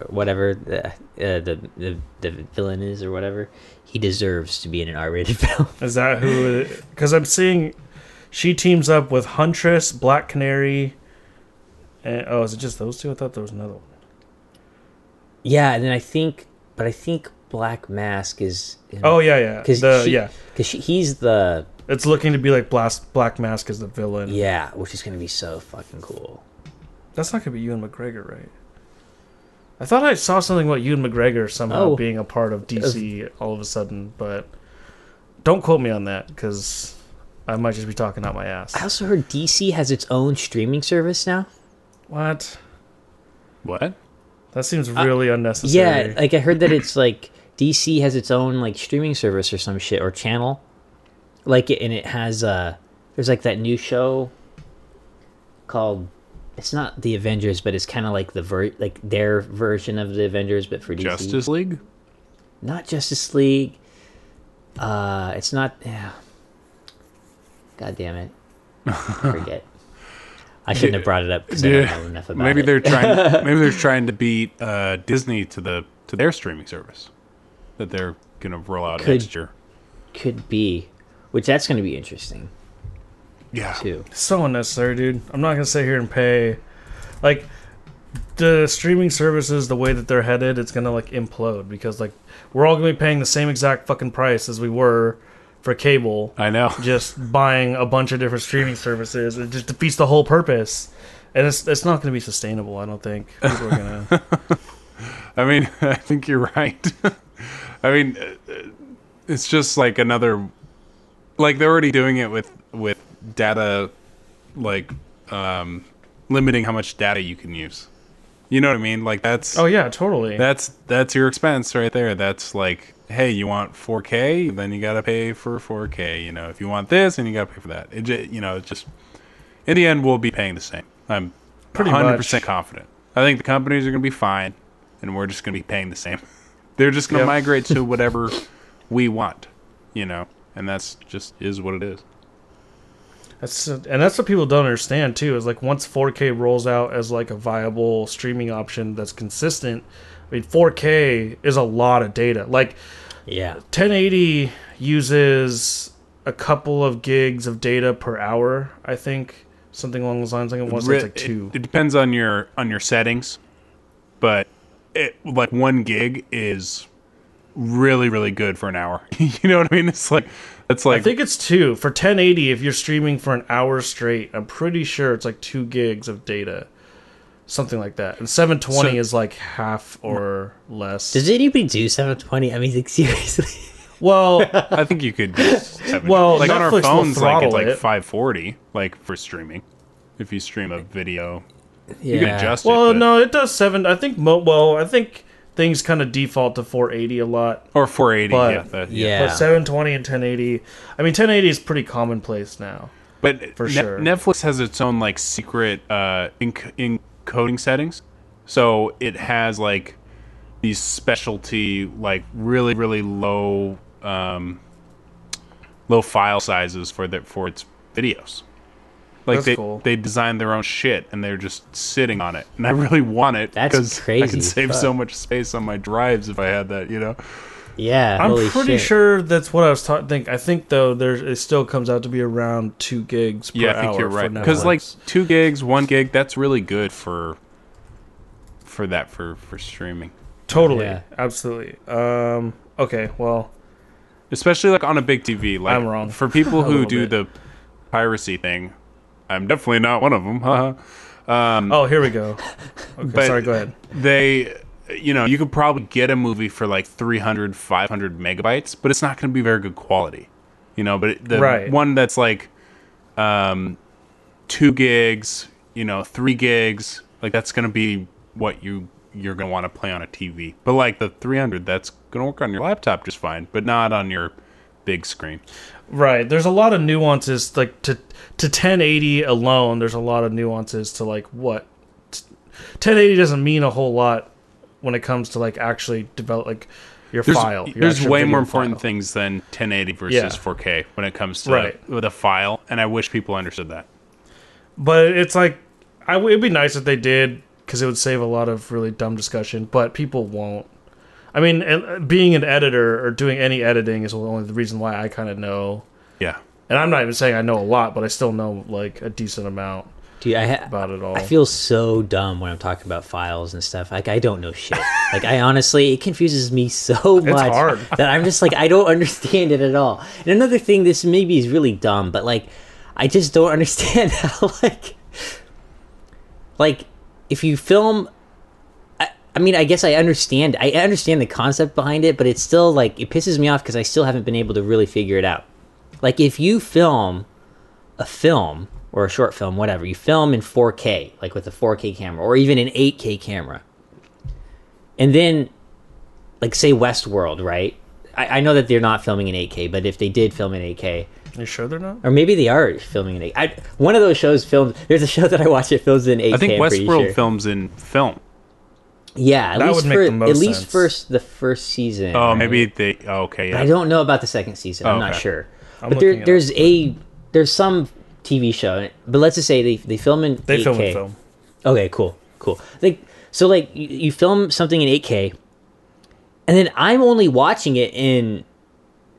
or whatever the uh, the, the the villain is, or whatever. He deserves to be in an R-rated film. Is that who cuz I'm seeing she teams up with Huntress, Black Canary, and oh, is it just those two? I thought there was another one. yeah, and then I think, but I think Black Mask is. In, Oh yeah, yeah. because The yeah. because he's the It's looking to be like Blast, Black Mask is the villain. yeah, which is gonna be so fucking cool. That's not gonna be Ewan McGregor, right? I thought I saw something about Ewan McGregor somehow Oh. Uh, being a part of DC all of a sudden, but don't quote me on that because I might just be talking out my I ass. also heard DC has its own streaming service now. What? What? That seems really Yeah, unnecessary. like I heard that it's like DC has its own like streaming service or some shit or channel. Like it and it has uh there's like that new show called it's not the Avengers, but it's kind of like the ver- like their version of the Avengers, but for DC. Justice League? Not Justice League. Uh, it's not. Yeah. God damn it! I forget. I shouldn't have brought it up because I don't Dude, know enough about maybe it. they're trying maybe they're trying to beat uh, Disney to the to their streaming service that they're going to roll out Could- next year. could be, which that's going to be interesting Yeah. too. so unnecessary, dude. I'm not gonna sit here and pay. Like the streaming services, the way that they're headed, it's gonna like implode because like we're all gonna be paying the same exact fucking price as we were for cable. I know. just buying a bunch of different streaming services. It just defeats the whole purpose, and it's it's not going to be sustainable. I don't think people are going to. I mean, I think you're right. I mean, uh, uh, it's just like another, like they're already doing it with with data, like um, limiting how much data you can use. You know what I mean? Like that's Oh yeah, totally. that's that's your expense right there. That's like, hey, you want 4K, then you gotta pay for 4K. You know, if you want this, then you gotta pay for that. It just, you know, it's just in the end, we'll be paying the same. I'm Pretty pretty 100 percent much. confident. I think the companies are gonna be fine, and we're just gonna be paying the same. They're just gonna Yep. migrate to whatever we want, you know, and that's just is what it is. That's and that's what people don't understand too. Is like once 4K rolls out as like a viable streaming option that's consistent. I mean, 4K is a lot of data. Like Yeah. 1080 uses a couple of gigs of data per hour. I think something along those lines. I think it was it's Re- like two. It, it depends on your on your settings, but it like one gig is really really good for an hour. you know what I mean? It's like that's like I think it's two for 1080. If you're streaming for an hour straight, I'm pretty sure it's like two gigs of data, something like that. And 720 So- is like half or less. Does anybody do 720? I mean, like, seriously. Well, I think you could. Just have it- Well, like on Netflix our will phones, like throttle it's like it. 540, like for streaming. If you stream a video, Yeah. you can adjust it. well, but- no, it does seven. I think. Mo- well, I think things kind of default to 480 a lot. or 480. But- yeah, that- Yeah. But 720 and 1080. I mean, 1080 is pretty commonplace now. But For Ne- sure. Netflix has its own like secret uh, enc- encoding settings, so it has like these specialty like really really low um, low file sizes for that for its videos. Like That's they cool. they designed their own shit and they're just sitting on it, and I really want it That's because I crazy. could save so much space on my drives if I had that, you know. Yeah. I'm holy pretty shit. sure that's what I was ta- think. I think though there it still comes out to be around two gigs. Per yeah, I think hour you're for right. Because like Netflix. two gigs, one gig, that's really good for for that for for streaming, totally, Yeah. absolutely. Um, okay, well, especially like on a big TV. Like I'm wrong. for people who little do bit. the piracy thing. I'm definitely not one of them. Huh? oh here we go. Okay, Um, But- sorry, go ahead. They, you know, you could probably get a movie for like 300, 500 megabytes, but it's not going to be very good quality. You know, but the Right. one that's like um, two gigs, you know, three gigs, like that's going to be what you you're going to want to play on a TV. But like the 300, that's going to work on your laptop just fine, but not on your big screen. Right. There's a lot of nuances like to to 1080 alone. There's a lot of nuances to like what t- 1080 doesn't mean a whole lot when it comes to like actually develop like your There's, file. your there's actual way video more important file. things than 1080 versus Yeah. 4K when it comes to Right. the file, and I wish people understood that. But it's like I w- it'd be nice if they did cuz it would save a lot of really dumb discussion, but people won't. I mean, and, uh, being an editor or doing any editing is only the reason why I kind of know. Yeah. And I'm not even saying I know a lot, but I still know like a decent amount Dude, I ha- about it all. I feel so dumb when I'm talking about files and stuff. Like I don't know shit. like I honestly, it confuses me so much hard. that I'm just like I don't understand it at all. And another thing, this maybe is really dumb, but like I just don't understand how like like if you film. I- I mean, I guess I understand. I understand the concept behind it, but it's still like it pisses me off because I still haven't been able to really figure it out. Like, if you film a film or a short film, whatever, you film in 4K, like with a 4K camera or even an 8K camera. And then, like, say Westworld, right? I, I know that they're not filming in 8K, but if they did film in 8K, you sure they're not? or maybe they are filming in 8K. I, one of those shows filmed, there's a show that I watch that films in 8K. I think I'm pretty Westworld sure. films in film. Yeah, at That least would make for, the most at least sense. first the first season. Oh, right? Um, maybe they. Oh, okay, yeah. I don't know about the second season. I'm not okay. sure. I'm but there, looking it up. there's a there's some TV show, but let's just say they they film in They 8K. film in film. Okay, cool, cool. Like so, like you, you film something in 8K, and then I'm only watching it in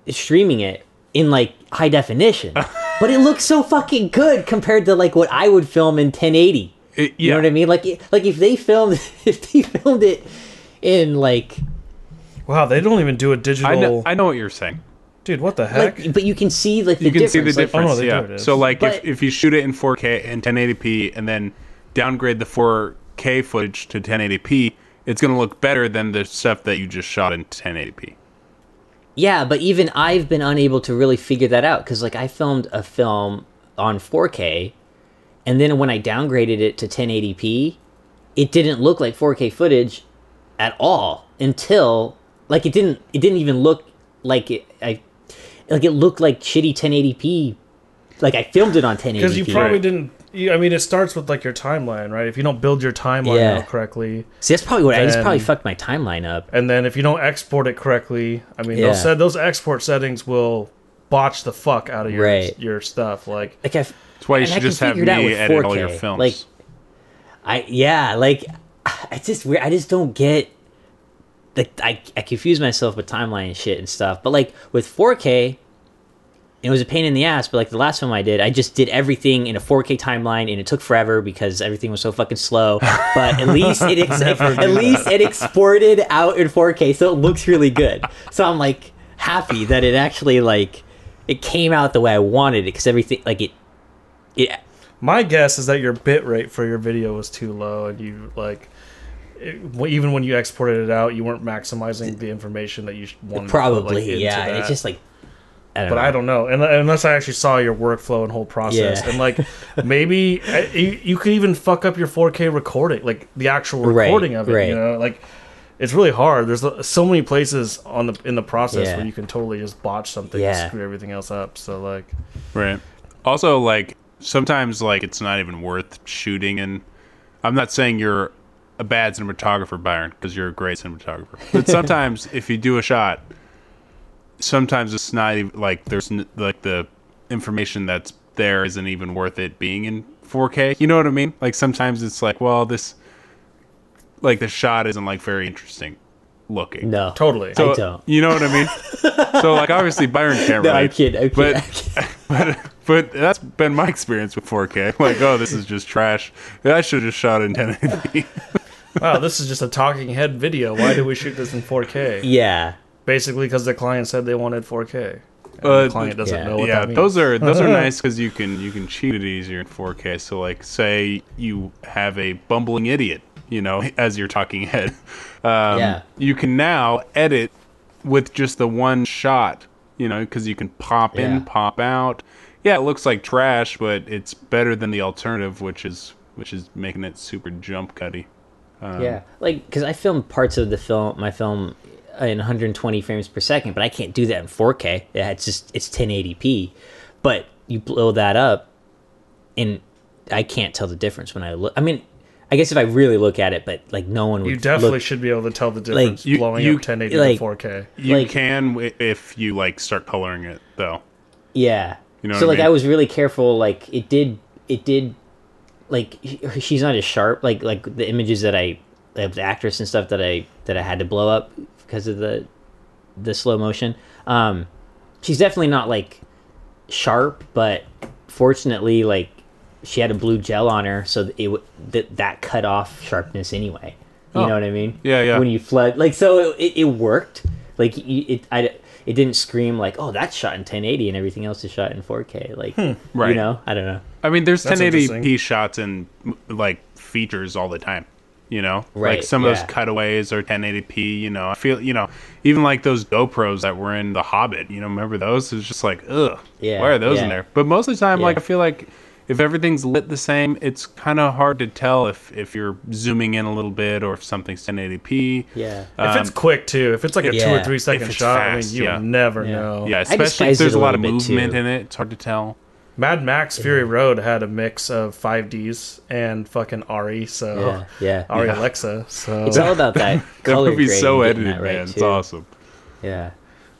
streaming it in like high definition, but it looks so fucking good compared to like what I would film in 1080. It- You know what I mean? Like, it- like if they filmed if they filmed it in like Wow, they don't even do a digital. I know. I know what you're saying. Dude, what the heck? like, but you can see like the You can difference. see the like, difference. oh, no, they do yeah. it. So, like, But- if, if you shoot it in 4K and 1080p, and then downgrade the 4K footage to 1080p, it's going to look better than the stuff that you just shot in 1080p. Yeah, but even I've been unable to really figure that out because, like, I filmed a film on 4K, and then when I downgraded it to 1080p, it didn't look like 4K footage at all until, like, it didn't. It didn't even look like it. I like it looked like shitty 1080p. Like I filmed it on 1080p. Because you probably Right. didn't. You, I mean, it starts with like your timeline, right? If you don't build your timeline Yeah. out correctly, See, that's probably what I just then- probably fucked my timeline up. and then if you don't export it correctly, I mean, Yeah. those said those export settings will botch the fuck out of your Right. your stuff. Like, Like I. That's why you And I should can just have figure it out me with edit all 4K. your films. Like, I yeah, like it's just weird. I just don't get like I I confuse myself with timeline and shit and stuff. But like with 4K, it was a pain in the ass. But like the last film I did, I just did everything in a 4K timeline, and it took forever because everything was so fucking slow. But at least it ex- at least it exported out in 4K, so it looks really good. So I'm like happy that it actually like it came out the way I wanted it because everything like it it my guess is that your bit rate for your video was too low, and you like it- w- even when you exported it out, you weren't maximizing the information that you sh- wanted. to put, like, Probably, into yeah. And it's that. just like, I don't but know. I don't know, and, unless I actually saw your workflow and whole process, Yeah. and like maybe I- you, you could even fuck up your 4K recording, like the actual Right, recording of it. right. You know, like it's really hard. There's l- so many places on the in the process Yeah. where you can totally just botch something, Yeah. and screw everything else up. So like, Right. Also, like sometimes, like it's not even worth shooting. And I'm not saying you're a bad cinematographer, Byron, because you're a great cinematographer. But sometimes, if you do a shot, sometimes it's not even like there's n- like the information that's there isn't even worth it being in 4K. You know what I mean? Like sometimes it's like, well, this like the shot isn't like very interesting looking. No. Totally. I So, don't. You know what I mean? so like obviously Byron can't No, relate. I'm kidding. I'm kidding. But but but that's been my experience with 4K. Like, oh, this is just trash. I should have shot in 1080p. wow, this is just a talking head video. Why did we shoot this in 4K? yeah. Basically, because the client said they wanted 4K. And Uh, the client doesn't yeah. know what yeah, that means. those are those are nice because you can you can cheat it easier in 4K. So like, say you have a bumbling idiot, you know, as your talking head. Um, Yeah. You can now edit with just the one shot, you know, because you can pop Yeah. in, pop out. Yeah, it looks like trash, but it's better than the alternative, which is which is making it super jump cutty. um, yeah. Like, because I film parts of the film, my film in 120 frames per second, but I can't do that in 4K. Yeah, it's just, it's 1080p. But you blow that up, and I can't tell the difference when I look. I mean, I guess if I really look at it, but like no one would You definitely look- should be able to tell the difference you- blowing you- up 1080 like- to 4K. You Like- can w- if you like start coloring it though. Yeah. You know so what I like I mean? was really careful. Like it did. It did. Like sh- she's not as sharp. Like like the images that I of the actress and stuff that I that I had to blow up because of the the slow motion. Um, she's definitely not like sharp, but fortunately, like she had a blue gel on her, so it w- that that cut off sharpness anyway. You Oh. know what I mean? Yeah, yeah. When you flood, like so, it, it worked. Like y- it, I, it didn't scream like, oh, that's shot in 1080 and everything else is shot in 4K. Like, you Hmm, right. know, I don't know. I mean, there's That's 1080p shots and m- like features all the time. You know, Right, like some of yeah. those cutaways are 1080p. You know, I feel you know even like those GoPros that were in The Hobbit. You know, remember those? It was just like, ugh, Yeah, why are those in yeah. there? But most of the time, Yeah. like I feel like if everything's lit the same, it's kind of hard to tell if if you're zooming in a little bit or if something's 1080p. Yeah. if it's quick too, if it's like a two Yeah. or three second Um, it's shot, I fast, mean, you yeah. never Yeah. know. Yeah, especially if despise it there's a a lot of little bit, too. movement in it, it's hard to tell. Mad Max Fury Road had a mix of 5Ds and fucking Ari, so Yeah, yeah. Ari Alexa. So It's all about that Oh. That color movie's grading, so getting edited, that right, man. It's too. awesome. Oh. Yeah.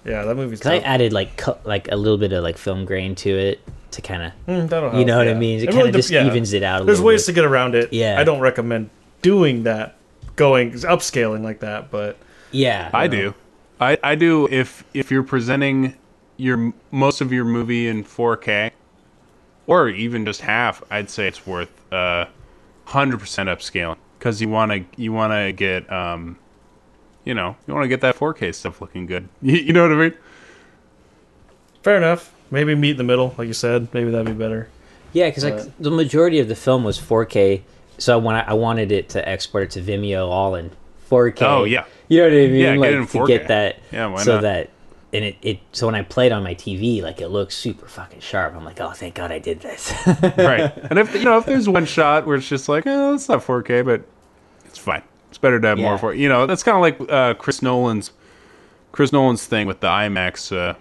yeah, that movie's. Cause I dope. added like co- like a little bit of like film grain to it to kind of Hmm. Mm, that'll You know what I yeah. mean? It kinda really just evens it out a There's little ways bit. to get around it. Yeah. I don't recommend doing that, going upscaling like that, but yeah. I do. I, I do if if you're presenting your most of your movie in 4K or even just half, I'd say it's worth uh 100% upscaling cuz you want to you want to get um you know, you want to get that 4K stuff looking good. You, you know what I mean? fair enough. Maybe meet in the middle, like you said. Maybe that'd be better. Yeah, because like the majority of the film was 4K, so when I, I wanted it to export it to Vimeo all in 4K. Oh, yeah. you know what I mean? Yeah, get like, it in to get 4K. that. Yeah, why so not? that and it, it so when I played on my TV, like it looks super fucking sharp. I'm like, oh, thank God I did this. Right. and if you know, if there's one shot where it's just like, "Oh, it's not 4K, but it's fine. It's better to have Yeah. more for, you know, that's kind of like uh Chris Nolan's Chris Nolan's thing with the IMAX uh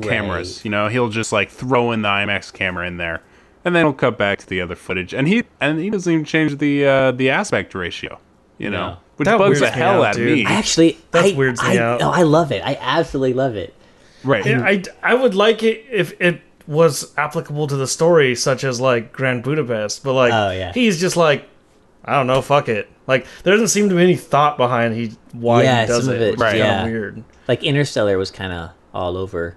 cameras. Right. You know, he'll just like throw in the IMAX camera in there, and then he'll cut back to the other footage. And he and he doesn't even change the uh, the aspect ratio. You know, No. which That bugs weirds the me hell out, at dude. me. I actually That I, weirds I, me out. No, I love it. I absolutely love it. Right. Yeah, I, I would like it if it was applicable to the story, such as like Grand Budapest. But like, Oh, yeah. he's just like, I don't know, fuck it. Like, there doesn't seem to be any thought behind he why Yeah, he does some it. of it, which is kinda yeah. weird. Like Interstellar was kind of all over.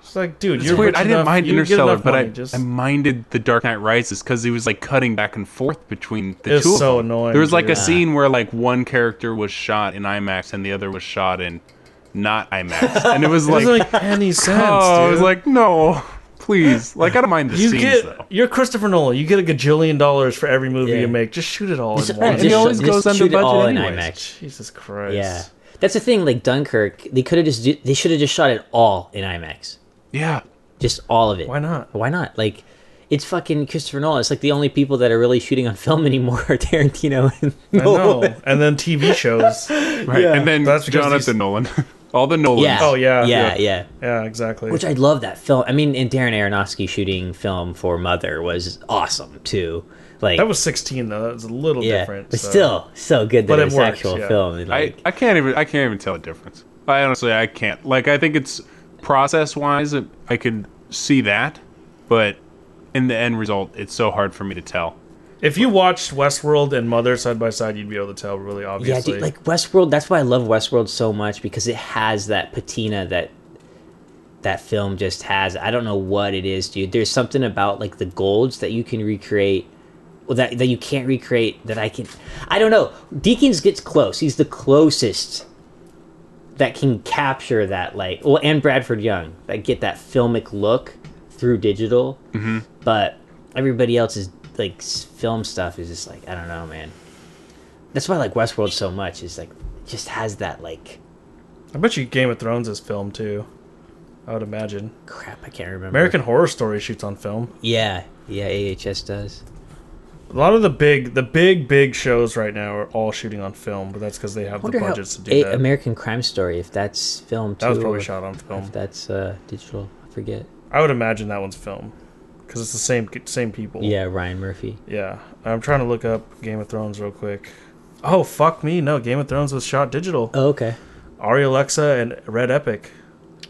It's like, dude, It's you're weird. rich I didn't enough- mind you get Interstellar, enough but I, money, just I minded The Dark Knight Rises because he was like cutting back and forth between the It was two. of so them. annoying, There was like dude. a scene where like one character was shot in IMAX and the other was shot in not IMAX, and it was like, doesn't make any sense. oh, I was dude. like, no, Please, like I don't mind the You scenes get though. you're Christopher Nolan. You get a gajillion doars for every movie Yeah. you make. Just shoot it all Just- in one. just And it always just goes under shoot it budget all in anyways. IMAX. Jesus Christ. Yeah, that's the thing. Like Dunkirk, they could have just do, they should have just shot it all in IMAX, Yeah, just all of it. Why not? Why not? Like, it's fucking Christopher Nolan. It's like the only people that are really shooting on film anymore are Tarantino and I Nolan. know. And then TV shows. right. and then That's because Jonathan he's- Nolan, all the Nolans. Yeah. Oh, yeah. Yeah. Yeah. Yeah. yeah. yeah, exactly. Which I love that film. I mean, and Darren Aronofsky shooting film for Mother was awesome too. Like that was 16 though. That was a little yeah, different. but so- still so good that But it it was worked, actual yeah. film. And, I, like, I can't even I can't even tell a difference. I honestly I can't. Like I think it's process wise I could see that, but in the end result it's so hard for me to tell. If you watched Westworld and Mother side by side, you'd be able to tell really yeah, obviously. dude, like Westworld. That's why I love Westworld so much because it has that patina that that film just has. I don't know what it is, dude. There's something about like the golds that you can recreate. Well, that that you can't recreate. That I can. I don't know. Deakins gets close. He's the closest that can capture that like. Well, and Bradford Young that get that filmic look through digital. Mm-hmm. But everybody else's like s- film stuff is just like I don't know, man that's why I like Westworld so much is like it just has that like I bet you Game of Thrones is film too. I would imagine. crap I can't remember American Horror Story shoots on film. yeah yeah AHS does A lot of the big, the big, big shows right now are all shooting on film, but that's because they have the wonder how budgets to do A- that. American Crime Story if that's film too that was probably or shot on film. if that's uh, digital I forget I would imagine that one's film because it's the same same people. yeah Ryan Murphy Yeah. I'm trying to look up Game of Thrones real quick. Oh fuck me! No, Game of Thrones was shot digital. oh okay Ari Alexa and Red Epic.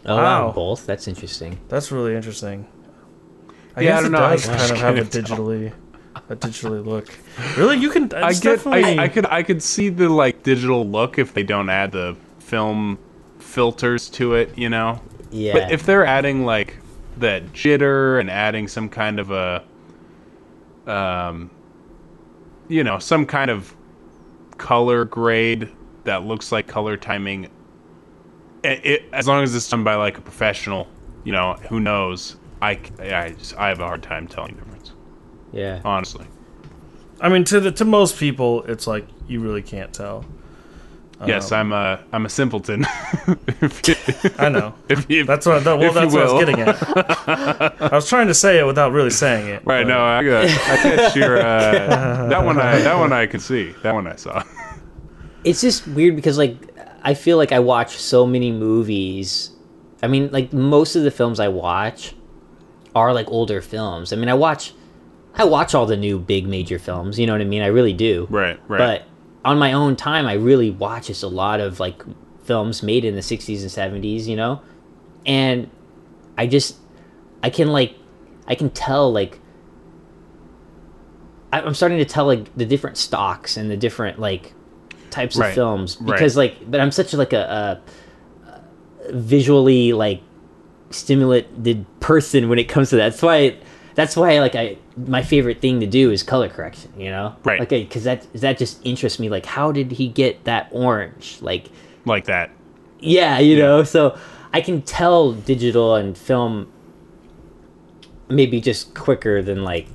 oh wow. Wow. both that's interesting That's really interesting. I Yeah, I guess don't it know. I does just kind of have a couldn't tell. digitally, a digitally look. Really, you can. I It's get definitely- I, I could I could see the like digital look if they don't add the film filters to it, you know. yeah But if they're adding like that jitter and adding some kind of a, um, you know, some kind of color grade that looks like color timing, i it, as long as it's done by like a professional, you know, who knows? I c- I, just- I have a hard time telling the difference, yeah honestly. I mean, to the to most people, it's like you really can't tell. yes, I'm a I'm a simpleton. if you, I know. if you, That's what. That, well, If you that's what I was will. getting at. I was trying to say it without really saying it. Right, but- no, I got, I catch your uh, that one. I that one I could see. That one I saw. it's just weird because like I feel like I watch so many movies. I mean, like most of the films I watch are like older films. I mean, I watch I watch all the new big major films, you know what I mean? I really do. Right, right. But on my own time, I really watch just a lot of like films made in the 60s and 70s, you know? And I just I can like I can tell like I- I'm starting to tell like the different stocks and the different like types Right. of films Right. because like but I'm such like a, a visually like stimulated person when it comes to that. That's why that's why like I my favorite thing to do is color correction, you know? Right. Like because that that just interests me like how did he get that orange? Like like that. yeah, you know, so I can tell digital and film maybe just quicker than like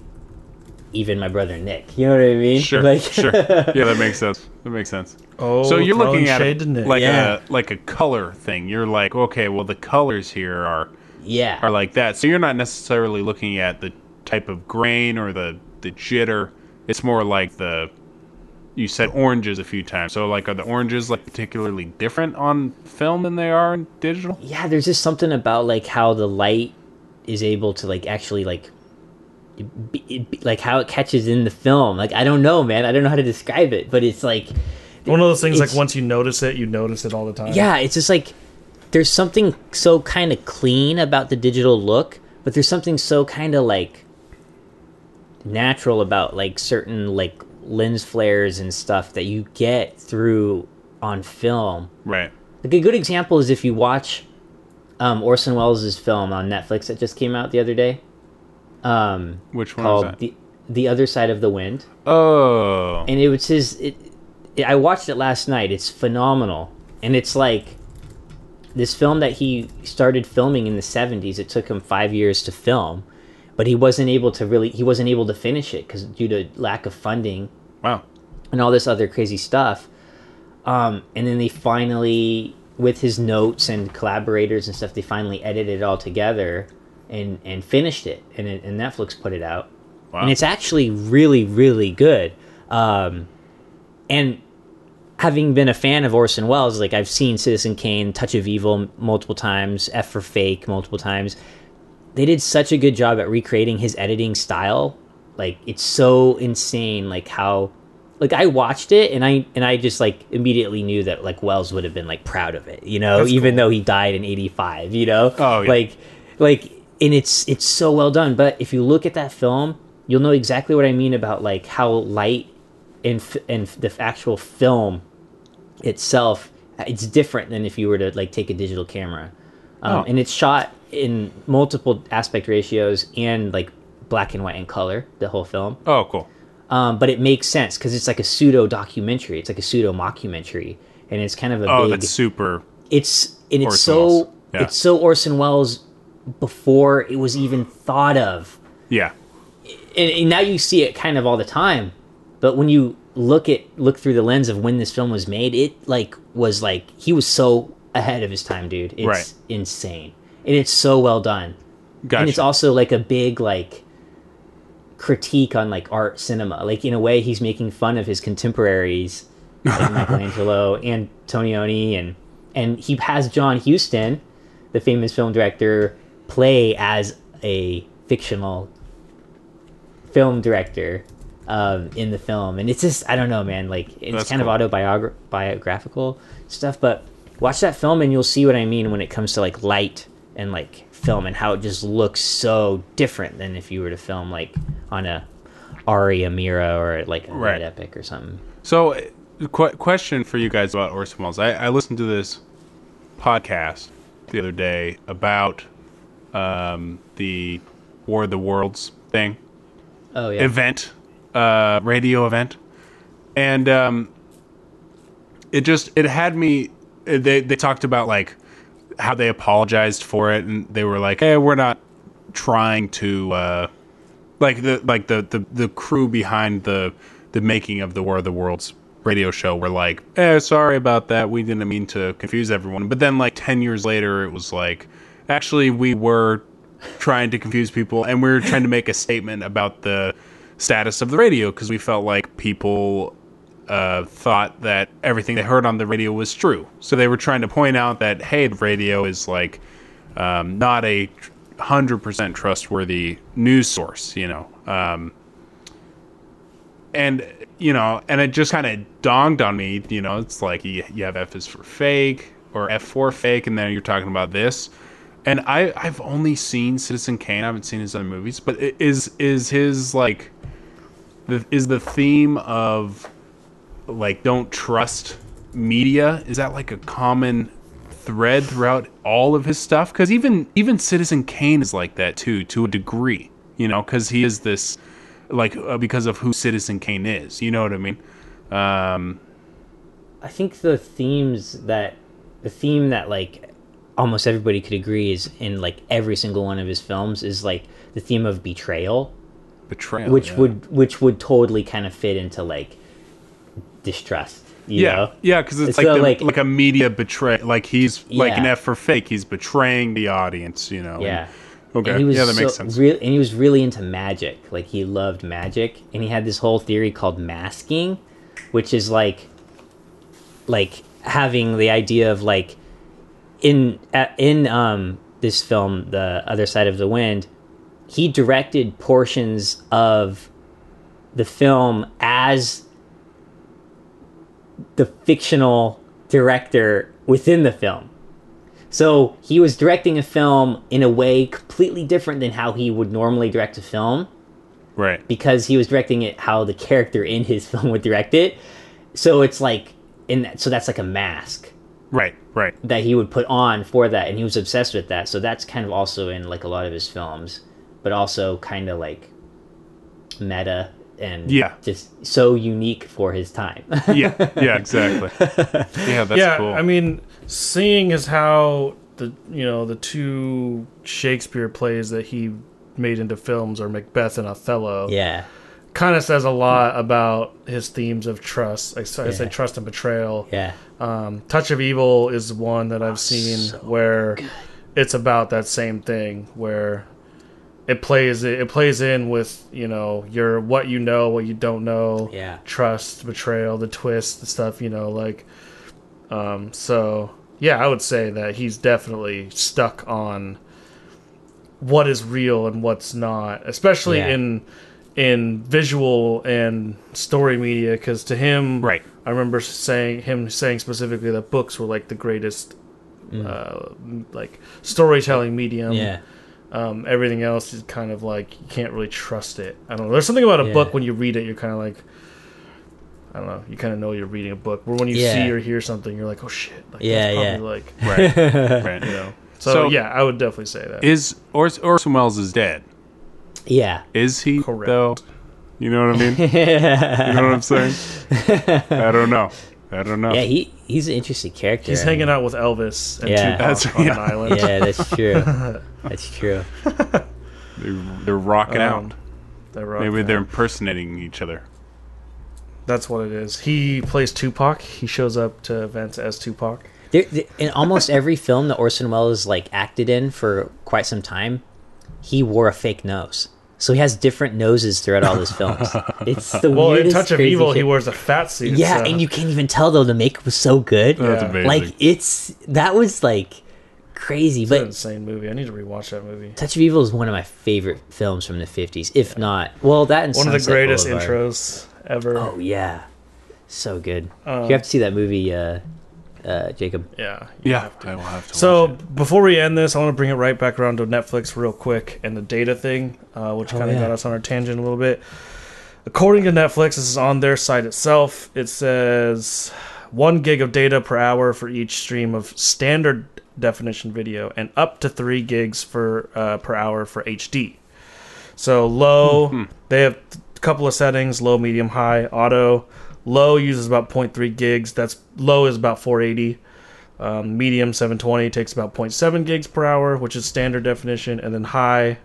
even my brother Nick. You know what I mean? Sure, Like sure. Yeah, that makes sense. That makes sense. Oh, so you're throwing looking at shade it to Nick. like Yeah. a like a color thing. You're like, okay, well the colors here are yeah. are like that. So you're not necessarily looking at the type of grain or the the jitter. It's more like the you said oranges a few times. So like, are the oranges like particularly different on film than they are in digital? yeah there's just something about like how the light is able to like actually like be, it be- like how it catches in the film like i don't know man i don't know how to describe it but it's like one of those things. Like it's- once you notice it, you notice it all the time. yeah it's just like there's something so kind of clean about the digital look but there's something so kind of like natural about like certain like lens flares and stuff that you get through on film Right. Like a good example is if you watch um, Orson Welles' film on Netflix that just came out the other day, um, Which one is called that? the the Other Side of the Wind, oh, and it was his. It, it, I watched it last night. It's phenomenal, and it's like this film that he started filming in the 70s it took him five years to film but he wasn't able to really he wasn't able to finish it because due to lack of funding Wow. and all this other crazy stuff. Um, and then they finally, with his notes and collaborators and stuff, they finally edited it all together and and finished it. And, it, and Netflix put it out, Wow. and it's actually really really good. Um, and having been a fan of Orson Welles, like I've seen Citizen Kane, Touch of Evil m- multiple times, F for Fake multiple times. They did such a good job at recreating his editing style. Like it's so insane, like how, like I watched it and I and I just like immediately knew that like Wells would have been like proud of it, you know, That's even cool. though he died in '85, you know, Oh, yeah. like like and it's it's so well done. But if you look at that film, you'll know exactly what I mean about like how light and f- and f- the actual film itself uh, it's different than if you were to like take a digital camera um, Oh. and it's shot in multiple aspect ratios and like black and white and color the whole film Oh, cool. um, but it makes sense because it's like a pseudo documentary it's like a pseudo mockumentary and it's kind of a Oh, big that's super. it's and it's Orson Welles. so Yeah. it's so orson welles before it was even thought of Yeah. and, and now you see it kind of all the time but when you look at look through the lens of when this film was made it like was like he was so ahead of his time dude it's Right. insane and it's so well done Gotcha. and it's also like a big like critique on like art cinema like in a way he's making fun of his contemporaries like michelangelo and tonioni and and he has john huston the famous film director play as a fictional film director um, in the film, and it's just I don't know, man. Like it's That's kind cool. of autobiographical stuff, but watch that film and you'll see what I mean when it comes to like light and like film and how it just looks so different than if you were to film like on a Ari Amira or like a Right. Red Epic or something. So, qu- question for you guys about Orson Welles. I, I listened to this podcast the other day about um, the War of the Worlds thing Oh yeah, event, uh, radio event, and um, it just it had me. They they talked about like how they apologized for it, and they were like, "Hey, we're not trying to uh, like the like the, the the crew behind the the making of the War of the Worlds." radio show were like eh sorry about that we didn't mean to confuse everyone but then like 10 years later it was like actually we were trying to confuse people and we were trying to make a statement about the status of the radio because we felt like people uh, thought that everything they heard on the radio was true so they were trying to point out that hey the radio is like um, not a tr- 100% trustworthy news source you know um, and you know and it just kind of dawned on me you know it's like you, you have f is for fake or f for fake and then you're talking about this and I I've only seen Citizen Kane. I haven't seen his other movies, but i- is is his like the, is the theme of like don't trust media is that like a common thread throughout all of his stuff cuz even even Citizen Kane is like that too to a degree, you know, cuz he is this like uh, because of who Citizen Kane is, you know what I mean? Um I think the themes that the theme that like almost everybody could agree is in like every single one of his films is like the theme of betrayal. betrayal which yeah. would which would totally kind of fit into like distrust you Yeah, know? yeah, because it's It's like not the, like, like- a media betray. Like he's like an Yeah. F for fake. He's betraying the audience. You know. yeah And- okay. and he was yeah, that makes so sense. real- and he was really into magic like he loved magic and he had this whole theory called masking which is like like having the idea of like in a- in um this film the other side of the wind he directed portions of the film as the fictional director within the film so he was directing a film in a way completely different than how he would normally direct a film right. because he was directing it how the character in his film would direct it. So it's like in that, so that's like a mask Right. Right. that he would put on for that and he was obsessed with that. So that's kind of also in like a lot of his films, but also kind of like meta and Yeah. just so unique for his time. yeah, yeah, exactly. Yeah, that's yeah, cool. I mean, seeing as how the you know the two Shakespeare plays that he made into films are Macbeth and Othello. yeah. kind of says a lot about his themes of trust. I, s- I say Yeah. trust and betrayal. Yeah. Um, Touch of Evil is one Oh, that I've seen where it's about that same thing where it plays it, plays in with you know your what you know what you don't know Yeah. trust betrayal the twist the stuff you know like um so yeah I would say that he's definitely stuck on what is real and what's not especially Yeah. in in visual and story media because to him Right. I remember saying him saying specifically that books were like the greatest, uh, m- like storytelling medium. Mm. Yeah. Um, everything else is kind of like you can't really trust it. I don't know. There's something about a Yeah. book when you read it, you're kind of like, I don't know. You kind of know you're reading a book. Where when you Yeah. see or hear something, you're like, oh shit. Like, Yeah, yeah. Like right, right. you know. So, So- yeah, I would definitely say that. Is Ors- Orson Welles is dead? Yeah. Is he Correct. though? You know what I mean? you know what I'm saying? I don't know. I don't know. Yeah, he he's an interesting character. He's I mean, hanging out with Elvis and Yeah. Tupac That's- on yeah. an island. Yeah, that's true. that's true. They're, they're rocking Um, out. They're rock Maybe out. they're impersonating each other. That's what it is. He plays Tupac. He shows up to events as Tupac. There, there- in almost every film that Orson Welles like acted in for quite some time, he wore a fake nose. So he has different noses throughout all his films. It's the Well, in weirdest, Touch of crazy Evil, he shit. wears a fat suit. Yeah, so- and you can't even tell though. The makeup was so good. That's Yeah. amazing. Like it's that was like crazy. It's an But insane movie. I need to rewatch that movie. Touch of Evil is one of my favorite films from the fifties, if not well that and One of the Sunset greatest Boulevard. intros ever. Oh yeah, so good. you have to see that movie, uh, uh, Jacob. Yeah. yeah, I will have to. So watch before we end this, I want to bring it right back around to Netflix real quick and the data thing, uh, which kind of yeah. got us on our tangent a little bit. According to Netflix, this is on their site itself. It says one gig of data per hour for each stream of standard definition video, and up to three gigs for uh, per hour for HD. So low, Hmm. they have a couple of settings: low, medium, high, auto. Low uses about 0.3 gigs. That's low is about 480. Um, medium 720 takes about 0.7 gigs per hour, which is standard definition, and then high.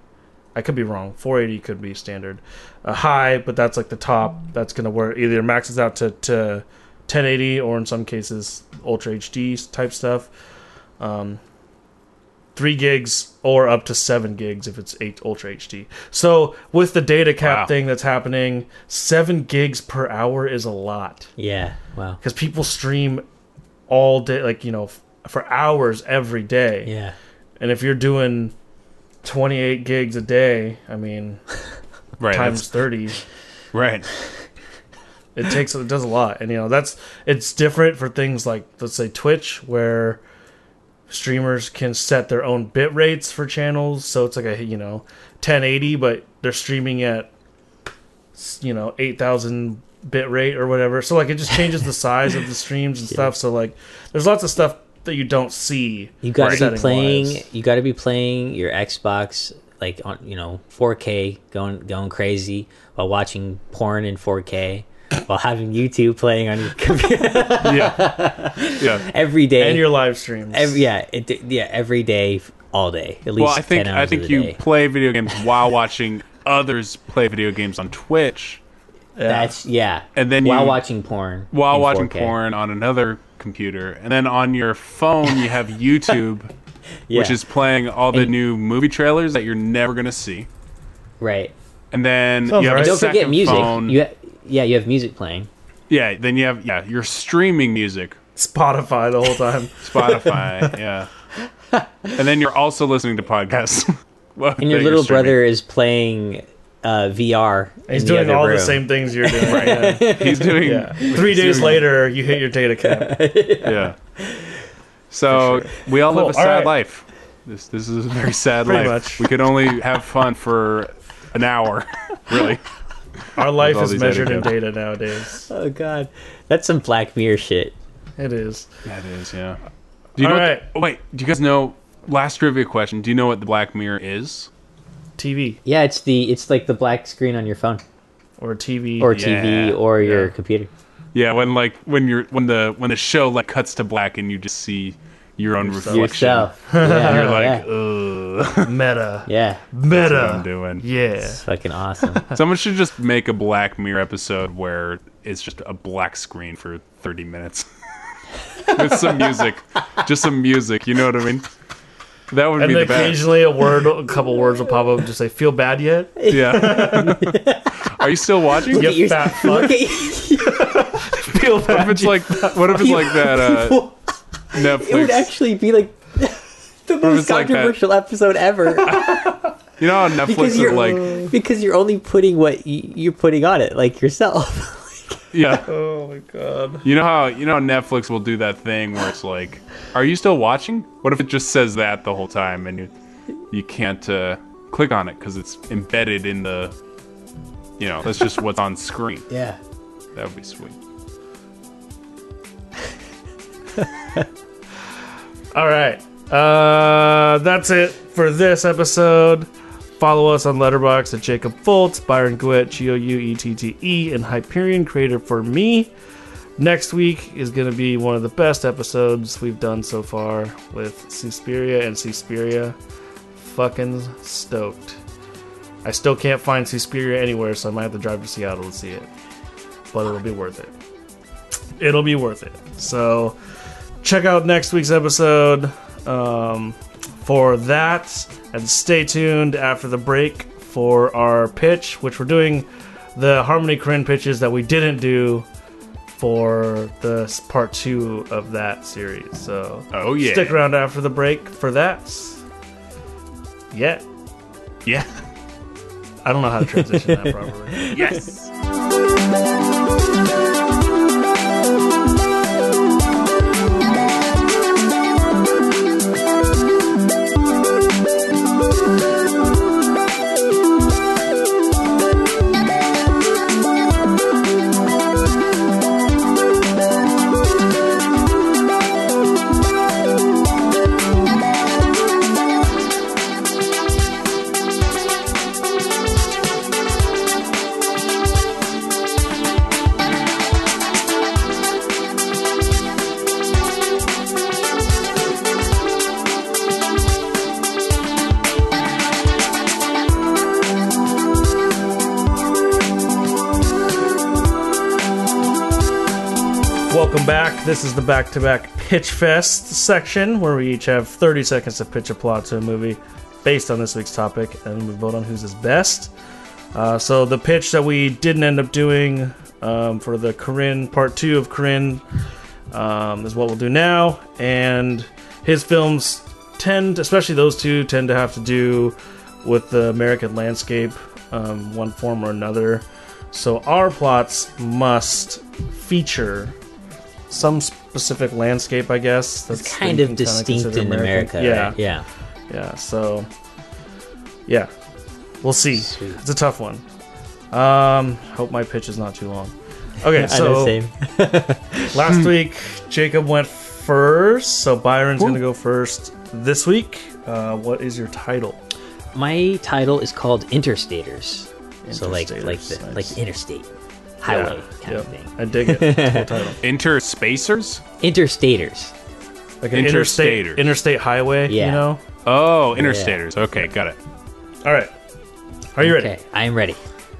I could be wrong. 480 could be standard. Uh, high, but that's like the top. That's gonna work. Either maxes out to, to 1080 or in some cases Ultra HD type stuff. Um, three gigs or up to seven gigs if it's eight Ultra HD. So with the data cap Wow. thing that's happening, seven gigs per hour is a lot Yeah, wow. because people stream all day, like you know, f- for hours every day. Yeah, And if you're doing 28 gigs a day, I mean, it. right, times that's- 30, right. it takes it does a lot. And you know, that's it's different for things like let's say Twitch, where streamers can set their own bit rates for channels, so it's like a you know 1080, but they're streaming at s- you know 8,000 bit rate or whatever. So like it just changes the size of the streams and stuff. So like there's lots of stuff that you don't see. you got to be setting-wise. playing. You got to be playing your Xbox like on you know 4K, going going crazy while watching porn in 4k while having YouTube playing on your computer Yeah, yeah. every day. and your live streams. e every, yeah, it, yeah, every day, all day, at least. Well, I think 10 I hours think of the you day. play video games while watching others play video games on Twitch That's yeah. And then while you- watching porn, while in watching 4K. porn on another computer, and then on your phone you have YouTube, Yeah, which is playing all the And- new movie trailers that you're never gonna see. right. And then Sounds you have right. a And Don't second forget music. phone. You ha- yeah, you have music playing. yeah, then you have yeah, you're streaming music, Spotify the whole time. Spotify, yeah. And then you're also listening to podcasts. while And your you're little streaming. brother is playing uh, VR. He's in doing the other all room. the same things you're doing. right. Yeah. He's doing Yeah. Three days doing- later, you hit your data cap. yeah. So we all Cool. live a All sad right. life. This this is a very sad Pretty life. much. We could only have fun for an hour, really. Our life all is these measured in etiquette. data nowadays. Oh god, that's some Black Mirror shit. It is. That is, yeah. Do you All know what right. the- oh, wait, do you guys know? Last trivia question: Do you know what the Black Mirror is? TV. Yeah, it's the it's like the black screen on your phone. or TV or Yeah, TV or your yeah. computer. Yeah, when like when you're when the when the show like cuts to black and you just see your own reflection. Yourself. Yeah, You're like, yeah. ugh, meta. yeah. Meta. what I'm doing. Yeah. It's fucking awesome. Someone should just make a Black Mirror episode where it's just a black screen for 30 minutes with some music, just some music. You know what I mean? That would And be the best. occasionally a word, a couple words will pop up and just say, feel bad yet? Yeah. Are you still watching? You Look at your- fat fuck. Look at you. Feel What if bad it's like what if it's like that uh, It would Netflix? actually be like the most it's like that. controversial episode ever You know how Netflix because is you're like because you're only putting what y- you're putting on it, like yourself. yeah. Oh my god. You know how you know how Netflix will do that thing where it's like, "Are you still watching?" What if it just says that the whole time and you you can't uh, click on it because it's embedded in the you know that's just what's on screen. Yeah. That would be sweet. All right. Uh, that's it for this episode. Follow us on Letterbox at Jacob Fultz, Byron Guett, G O U E T T E, and Hyperion Creator for me. Next week is going to be one of the best episodes we've done so far with Suspiria and Suspiria. Fucking stoked. I still can't find Suspiria anywhere, so I might have to drive to Seattle to see it. But it'll be worth it. It'll be worth it. So check out next week's episode um, for that and stay tuned after the break for our pitch which we're doing the harmony Korine pitches that we didn't do for the s- part two of that series so Oh yeah. stick around after the break for that yeah Yeah. i don't know how to transition that properly Yes. Welcome back. This is the back to back pitch fest section where we each have 30 seconds to pitch a plot to a movie based on this week's topic and we vote on who's is best. Uh, so, the pitch that we didn't end up doing um, for the Corinne part two of Corinne um, is what we'll do now. And his films tend, especially those two, tend to have to do with the American landscape, um, one form or another. So our plots must feature some specific landscape, I guess. That's It's that kind you of can kinda distinct consider in American. America. Yeah, Right? Yeah. yeah. So, yeah, we'll see. Sweet. It's a tough one. Um, hope my pitch is not too long. Okay, I know, so same. Last week, Jacob went first, so Byron's going to go first this week. Uh, what is your title? My title is called Interstaters. So like like the Interstaters, like nice. the interstate highway kind of thing. I dig it. That's the title. Interspacers? Interstaters. Like an interstate, Interstaters. interstate highway, you Yeah. know? Oh, interstaters. Okay, got it. All right. Are you ready? Okay, I am ready.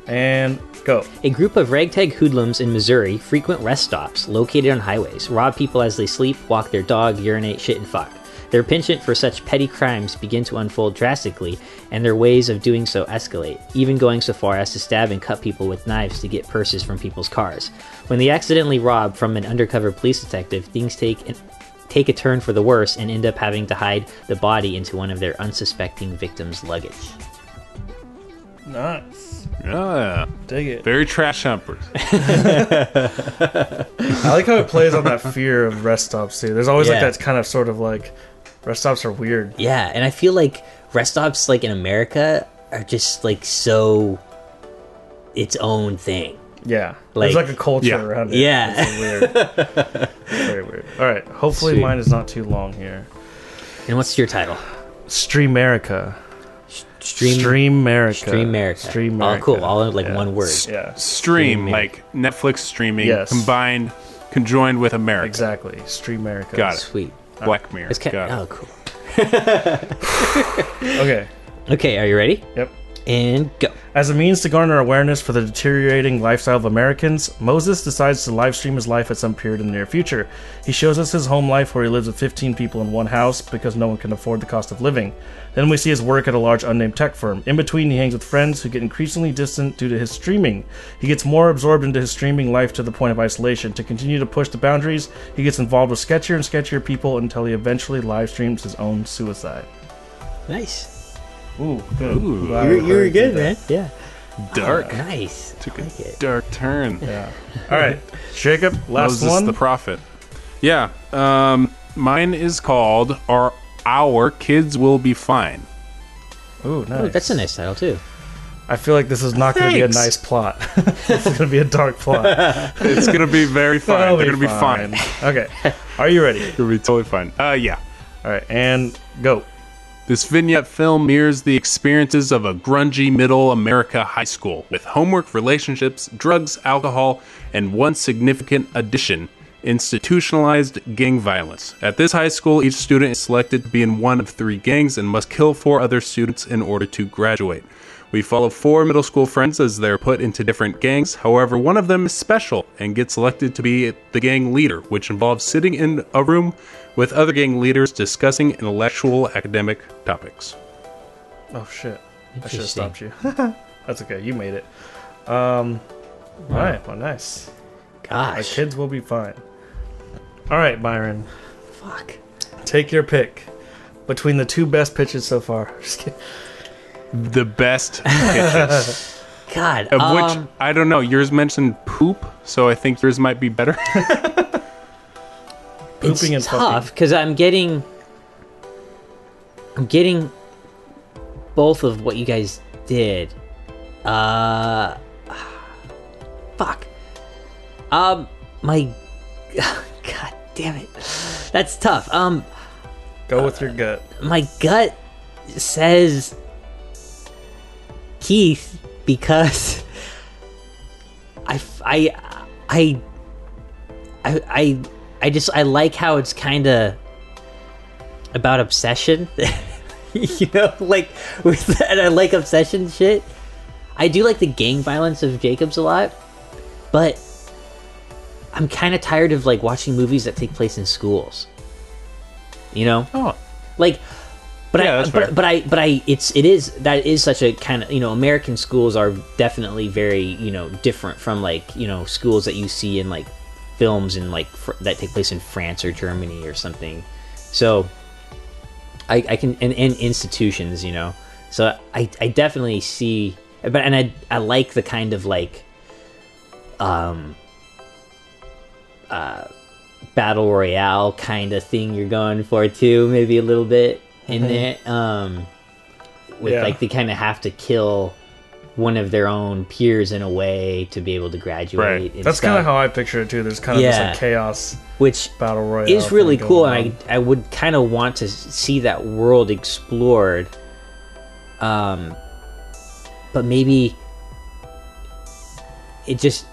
And go. A group of ragtag hoodlums in Missouri frequent rest stops located on highways, rob people as they sleep, walk their dog, urinate, shit, and fuck. Their penchant for such petty crimes begin to unfold drastically, and their ways of doing so escalate, even going so far as to stab and cut people with knives to get purses from people's cars. When they accidentally rob from an undercover police detective, things take an, take a turn for the worse and end up having to hide the body into one of their unsuspecting victims' luggage. Nice. Yeah. Dig it. Ah. Very trash humpers. I like how it plays on that fear of rest stops, too. There's always like Yeah. that kind of sort of like rest stops are weird. Yeah, and I feel like rest stops like in America are just like so its own thing. Yeah. There's Like- like a culture Yeah. around it. Yeah. It's weird. Very weird. All right. Hopefully Sweet. mine is not too long here. And what's your title? Streamerica. Stream Stream America. Stream America. Stream Oh, America. cool. All in like Yeah. one word. Yeah. Stream, Streaming. like Netflix streaming Yes. combined, conjoined with America. Exactly. Stream America. Got it. Sweet. Black Mirror. It's kind Got it. oh, cool. Okay. Okay, are you ready? Yep. And go. As a means to garner awareness for the deteriorating lifestyle of Americans, Moses decides to livestream his life at some period in the near future. He shows us his home life where he lives with 15 people in one house because no one can afford the cost of living. Then we see his work at a large unnamed tech firm. In between, he hangs with friends who get increasingly distant due to his streaming. He gets more absorbed into his streaming life to the point of isolation. To continue to push the boundaries, he gets involved with sketchier and sketchier people until he eventually livestreams his own suicide. Nice. Ooh, good. You're, you're good, man. Yeah. Dark. Nice. Took I a like it. dark turn. All right, Jacob, last Moses one. the prophet. Yeah. Um, mine is called "Our Our Kids Will Be Fine." Ooh, nice. Oh, that's a nice title too. I feel like this is not going to be a Thanks. nice plot. it's going to be a dark plot. It's gonna be very fine. They'll They're gonna be fine. They're Okay. Are you ready? gonna be totally fine. Uh, yeah. All right, and go. This vignette film mirrors the experiences of a grungy middle America high school with homework, relationships, drugs, alcohol, and one significant addition institutionalized gang violence. At this high school, each student is selected to be in one of three gangs and must kill four other students in order to graduate. We follow four middle school friends as they're put into different gangs. However, one of them is special and gets selected to be the gang leader, which involves sitting in a room with other gang leaders discussing intellectual academic topics. Oh shit! I should Interesting. have stopped you. that's okay. You made it. Um. All right. Well, nice. My Gosh. kids will be fine. All right, Byron. Fuck. Take your pick between the two best pitches so far. Just kidding. The best pitches. God. of um, which I don't know. Yours mentioned poop, so I think yours might be better. Pooping and it's tough because I'm getting, I'm getting both of what you guys did. Uh, fuck. Um, my, god damn it, that's tough. Um, fucking. Go with your Uh, gut. my gut says Keith because I f- I I I I, I just I like how it's kind of about obsession. you know, like with that I like obsession shit. I do like the gang violence of Jacobs a lot, but I'm kind of tired of like watching movies that take place in schools. You know? Oh, like but Yeah, I that's fair. but, but I but I it's it is that is such a kind of you know American schools are definitely very you know different from like you know schools that you see in like films in like fr- that take place in France or Germany or something so I, I can and, and institutions you know so I, I definitely see but and I I like the kind of like um, uh, battle royale kind of thing you're going for too maybe a little bit in it um with Mm-hmm. Yeah. like they kind of have to kill one of their own peers in a way to be able to graduate Right. and That's stuff, kind of how I picture it too. There's kind of this Yeah. like, chaos which battle royale. is really thing cool going and I, I would kind of want to see that world explored um but maybe it just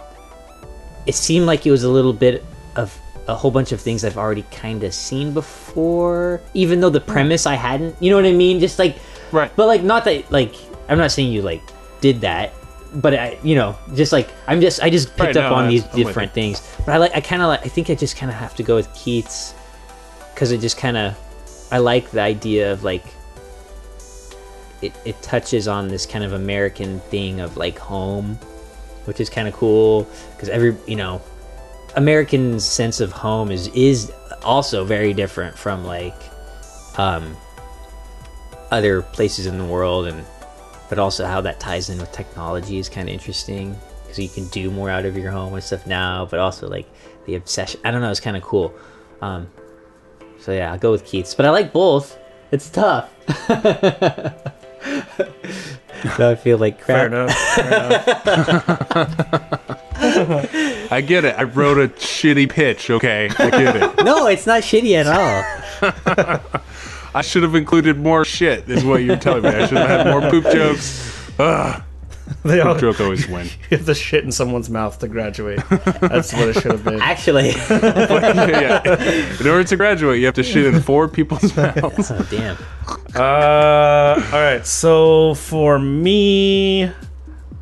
it seemed like it was a little bit of a whole bunch of things I've already kind of seen before, even though the premise I hadn't. You know what I mean? Just like, Right. But like, not that like I'm not saying you like did that, but I, you know, just like I'm just I just picked Right, up no, on I'm- these I'm with different things. But I like I kind of like I think I just kind of have to go with Keats because it just kind of I like the idea of like it, it touches on this kind of American thing of like home, which is kind of cool because every you know American sense of home is is also very different from like um, other places in the world, and but also how that ties in with technology is kind of interesting because you can do more out of your home and stuff now, but also like the obsession. I don't know, it's kind of cool. Um, so yeah, I'll go with Keats, but I like both. It's tough. now I feel like Fair crap. enough. Fair enough. I get it. I wrote a shitty pitch. Okay, I get it. No, it's not shitty at all. I should have included more shit. Is what you're telling me. I should have had more poop jokes. Ugh, They all poop joke always win. get the shit in someone's mouth to graduate. That's what it should have been. Actually, oh, yeah. In order to graduate, you have to shit in four people's mouths. oh, damn. Uh, all right. So for me, I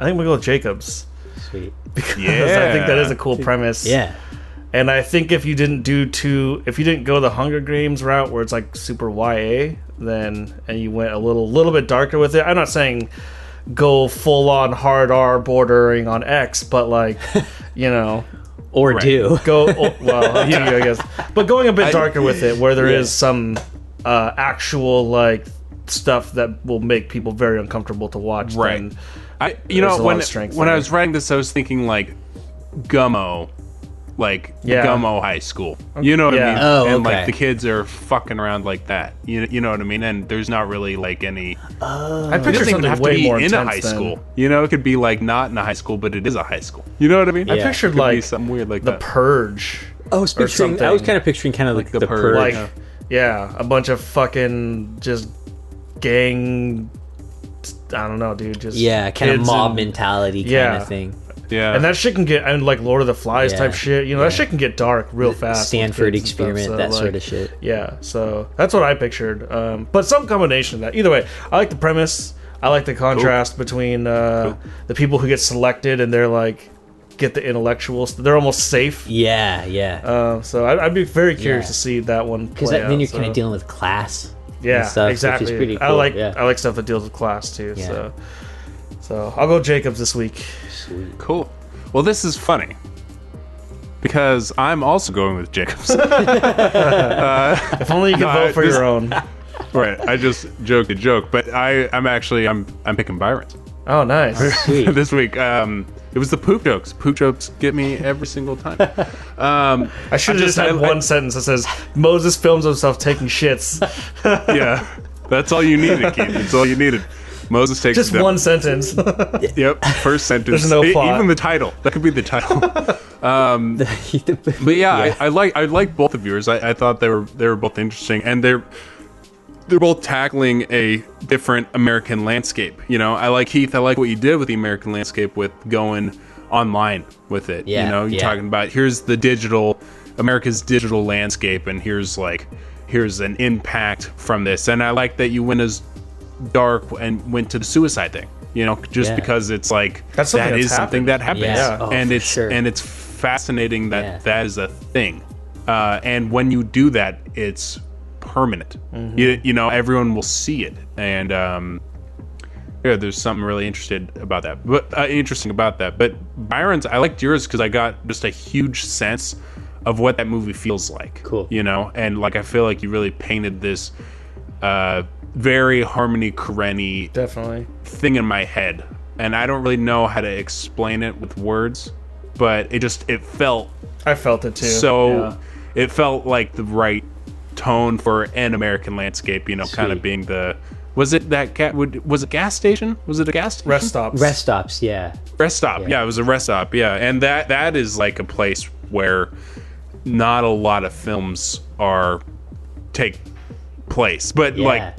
think we go with Jacobs. Sweet. because I think that is Yeah. a cool premise. Yeah. And I think if you didn't do too, if you didn't go the Hunger Games route where it's like super YA, then and you went a little little bit darker with it. I'm not saying go full on hard R bordering on X, but like you know Or do. go oh, well up to you, I guess. But going a bit darker with it where there is Yeah. some uh, actual like stuff that will make people very uncomfortable to watch. Right. then- I, you There's a know, lot when of strength when I there. was writing this, I was thinking like Gummo, like Yeah. Gummo High School. You know what Yeah. I mean? Oh, and okay. like the kids are fucking around like that. You you know what I mean? And there's not really like any. Uh, I It picture doesn't even something have to way be more in a intense high than- school. You know, it could be like not in a high school, but it is a high school. You know what I mean? I I Yeah. pictured It could be like something weird like the that. purge I was picturing. I was kind of picturing kind of like, the the, Purge. purge. like Yeah. yeah. a bunch of fucking just gang i don't know dude just yeah, kind of kids mob and, mentality kind Yeah. of thing. yeah, and that shit can get and like lord of the flies Yeah. type shit you know that shit can get dark real fast with Stanford kids and stuff, experiment, so, that like, sort of shit. yeah so that's what i pictured um, but some combination of that either way i like the premise i like the contrast between uh, the people who get selected and they're like get the intellectuals they're almost safe Yeah, yeah. uh, so I, i'd be very curious Yeah. to see that one Because because then you're so. kind of dealing with class. yeah, stuff, which is exactly. pretty I cool, like yeah. I like stuff that deals with class too. Yeah. So, so I'll go Jacobs this week. Sweet. cool. Well, this is funny because I'm also going with Jacobs. If only you could No, I- vote for this- your own. right. I just joked a joke, but I I'm actually I'm I'm picking Byron. Oh, nice. Sweet. this week. Um, it was the poop jokes. Poop jokes get me every single time. Um, I should have just, just- had I- I- one sentence that says Moses films himself taking shits. yeah, that's all you needed, Keith. That's all you needed. Moses takes Just the- one sentence. Yep, first sentence. There's no E- plot. Even the title. That could be the title. but But yeah, I, I like I like both of yours. I, I thought they were they were both interesting, and they're they're both tackling a different American landscape. You know, I like Heath. I like what you did with the American landscape with going online with it. Yeah, you know, you're yeah. talking about here's the digital America's digital landscape, and here's like here's an impact from this. And I like that you went as dark and went to the suicide thing. You know, just Yeah. because it's like That's something that that's is something happened. that happens, Yeah. Oh, and for it's sure. and it's fascinating that Yeah. that is a thing. Uh, and when you do that, it's permanent. Mm-hmm. You, you know, everyone will see it. And um, yeah, there's something really interested about that. But uh, interesting about that. But Byron's, I liked yours because I got just a huge sense of what that movie feels like. Cool. You know, and like I feel like you really painted this uh, very Harmony Korine Definitely. thing in my head and i don't really know how to explain it with words but it just it felt I felt it too. so Yeah. it felt like the right tone for an american landscape you know kind of Sweet. being the was it that cat would was it gas station was it a gas station? rest stops. rest stops. Yeah. rest stop yeah. it was a rest stop yeah and that that is like a place where not a lot of films are take place but Yeah. like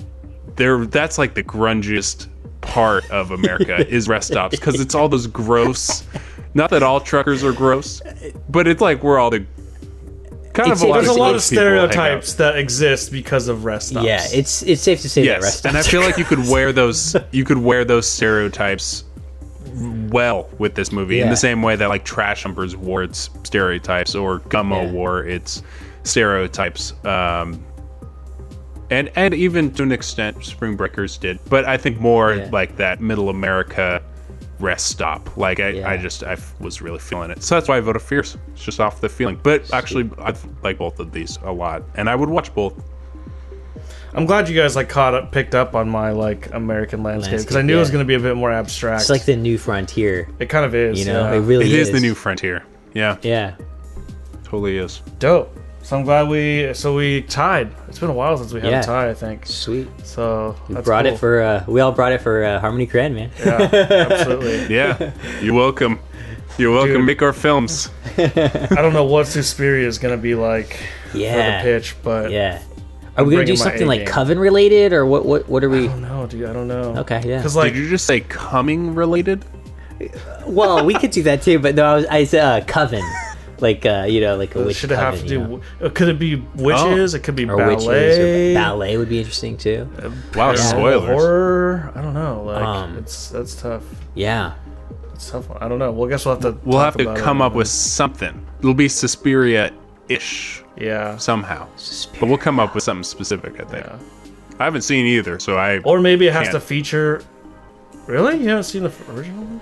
there that's like the grungiest part of America is rest stops because it's all those gross. Not that all truckers are gross, but it's like we're all the kind It's- of a lot There's of, a lot of gross people hang out. stereotypes that exist because of rest stops. yeah. It's it's safe to say that rest Yes, stops. and I feel like you could wear those you could wear those stereotypes well with this movie in Yeah. the same way that like Trash Humpers wore its stereotypes or Gummo Yeah. wore its stereotypes. Um, and and even to an extent, Spring Breakers did, but I think more Yeah. like that Middle America rest stop. Like I, I Yeah. just I f- was really feeling it, so that's why I voted Fierce. It's just off the feeling, but actually I like both of these a lot, and I would watch both. I'm glad you guys like caught up, picked up on my like American landscape because I Landscape, knew it was yeah. going to be a bit more abstract. it's like the new frontier. it kind of is. You know, yeah. it really It is is the new frontier. Yeah, Yeah. totally is. Dope. So I'm glad we so we tied. It's been a while since we had Yeah. a tie, I think. Sweet. So that's brought cool. it for uh, we all brought it for uh, Harmony Korine, man. yeah, absolutely. Yeah, you're welcome. You're welcome. Dude. Make our films. I don't know what Suspiria is gonna be like for the Yeah. pitch, but Yeah. Are we gonna do bringing my something like A-game. coven related, or what? What? What are we? don't know, dude. I don't know. Okay, yeah. Because like, Did you just say coming related? well, we could do that too, but no, I was I said uh, coven, like uh, you know, like a witch should it coven. have to you do? know? uh, Could it be Oh. witches? It could be or ballet. Uh, witches or ballet would be interesting too. Wow, paranormal spoilers. Horror. I don't know. Like, Um, it's that's tough. Yeah, It's a tough. One. I don't know. Well, I guess we'll have to. We'll talk have to about come it. up with something. It'll be Suspiria ish Yeah. somehow. But we'll come up with something specific, I think. Yeah. I haven't seen either, so I. Or maybe it has Can't. to feature. Really? You haven't seen the f- original? one?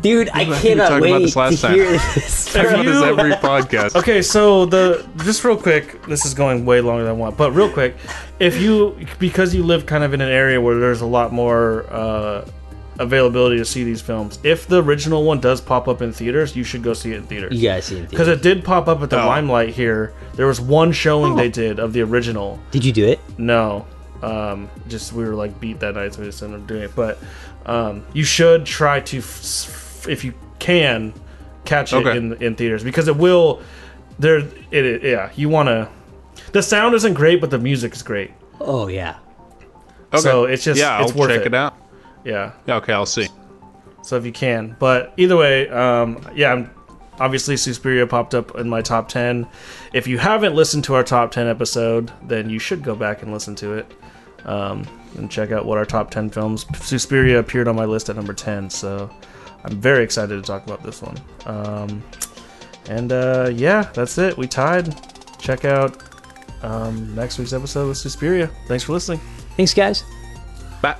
dude, I think we cannot talked about wait this last to time. hear this. Have This is you- every podcast. Okay, so the just real quick, this is going way longer than I want, but real quick, if you because you live kind of in an area where there's a lot more uh, availability to see these films, if the original one does pop up in theaters, you should go see it in theaters. you guys seen Because it? it did pop up at the Oh. limelight here. There was one showing they did of the original. Did you do it? No, um, just we were like beat that night, so we just ended up doing it. But um, you should try to, f- f- if you can, catch it Okay. in in theaters because it will. There, it, it yeah. You want to. The sound isn't great, but the music is great. Oh yeah. Okay. so it's just- yeah, it's I'll worth check it. it. out. Yeah. Yeah, okay, I'll see. So if you can, but either way, um, yeah, I'm, obviously Suspiria popped up in my top ten. If you haven't listened to our top ten episode, then you should go back and listen to it um, and check out what our top ten films. Suspiria appeared on my list at number ten, so I'm very excited to talk about this one. Um, and uh, yeah, that's it. We tied. Check out um, next week's episode with Suspiria. Thanks for listening. Thanks, guys. Bye.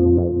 Thank you.